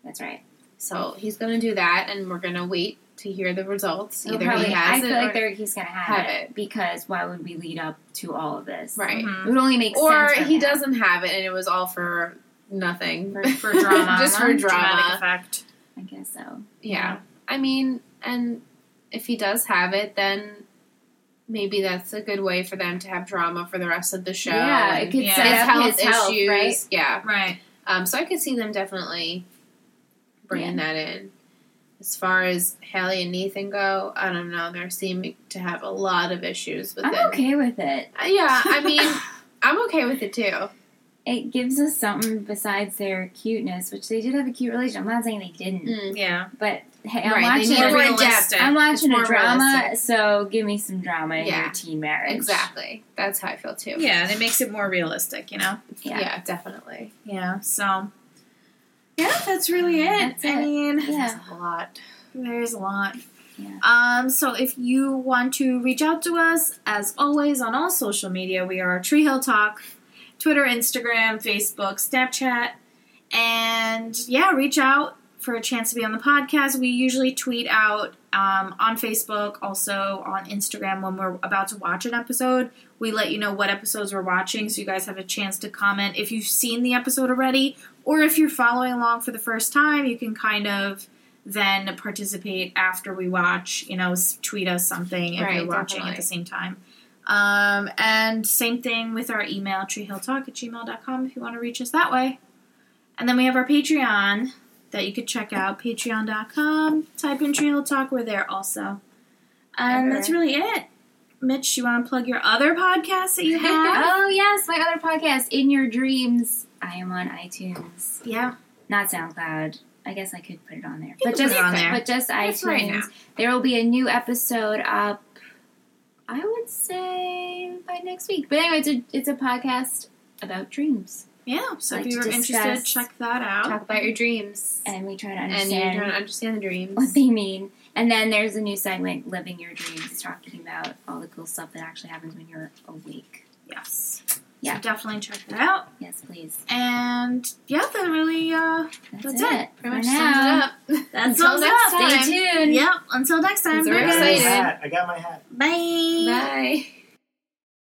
That's right.
So he's going to do that, and we're going to wait to hear the results.
He'll
Either
probably,
he has
I
it
feel like
or,
there he's gonna have,
have
it because why would we lead up to all of this?
right,
Mm-hmm.
It would only make
or
Mm-hmm. sense. for
he
him.
doesn't have it, and it was all for nothing,
For-
For drama.
just for
Dramatic
drama.
effect.
I guess so.
Yeah, I mean, and if he does have it, then maybe that's a good way for them to have drama for the rest of the show.
yeah,
and
it could
yeah.
set
his
up
health
his health,
issues.
right?
Yeah.
Right.
Um, so I could see them definitely bringing that in. As far as Hallie and Nathan go, I don't know. They're seeming to have a lot of issues with it.
I'm okay with it.
Uh, Yeah, I mean, I'm okay with it too.
It gives us something besides their cuteness, which they did have a cute relationship. I'm not saying they didn't,
Yeah.
but hey, I'm
Mm. Right, they
watching.
need
More
a real
realistic.
depth.
I'm watching
more
a drama,
realistic.
so give me some drama in
Yeah.
your teen marriage.
Exactly. That's how I feel too.
Yeah, and it makes it more realistic, you know?
Yeah.
Yeah, definitely.
Yeah, so. Yeah, that's really it.
That's
I
it.
mean,
Yeah.
That's a lot.
There's a lot.
Yeah.
Um, so if you want to reach out to us, as always, on all social media, we are Tree Hill Talk, Twitter, Instagram, Facebook, Snapchat, and yeah, reach out for a chance to be on the podcast. We usually tweet out um, on Facebook, also on Instagram when we're about to watch an episode. We let you know what episodes we're watching, so you guys have a chance to comment if you've seen the episode already, or if you're following along for the first time, you can kind of then participate after we watch. You know, s- tweet us something if
Right,
you're watching
definitely.
at the same time. Um, and same thing with our email, treehilltalk at gmail.com if you want to reach us that way. And then we have our Patreon that you could check out, patreon.com. Type in Tree Hill Talk, we're there also. And that's really it. Mitch, you want to plug your other podcast that you have?
Oh yes, my other podcast, In Your Dreams. I am on iTunes,
yeah.
not SoundCloud. I guess I could put it on there,
You
but
can
just
put it on there.
but just
It's
iTunes.
right now.
There will be a new episode up. I would say by next week. But anyway, it's a, it's a podcast about dreams,
Yeah. So
Like
if you
to
were interested,
discuss-
check that out.
Talk about your dreams.
and we try to
And you
understand
don't understand the dreams.
what they mean. And then there's a new segment, Living Your Dreams, talking about all the cool stuff that actually happens when you're awake.
Yes.
Yeah.
So definitely check that out.
Yes, please.
And yeah, that really uh
That's,
That's
it.
it.
for
Pretty much
now.
sums it up.
that
Until
sums it
next
up.
time.
Stay tuned.
Yep. Until next time.
We're
Bye, guys.
I got my
excited.
hat. I got my hat.
Bye.
Bye.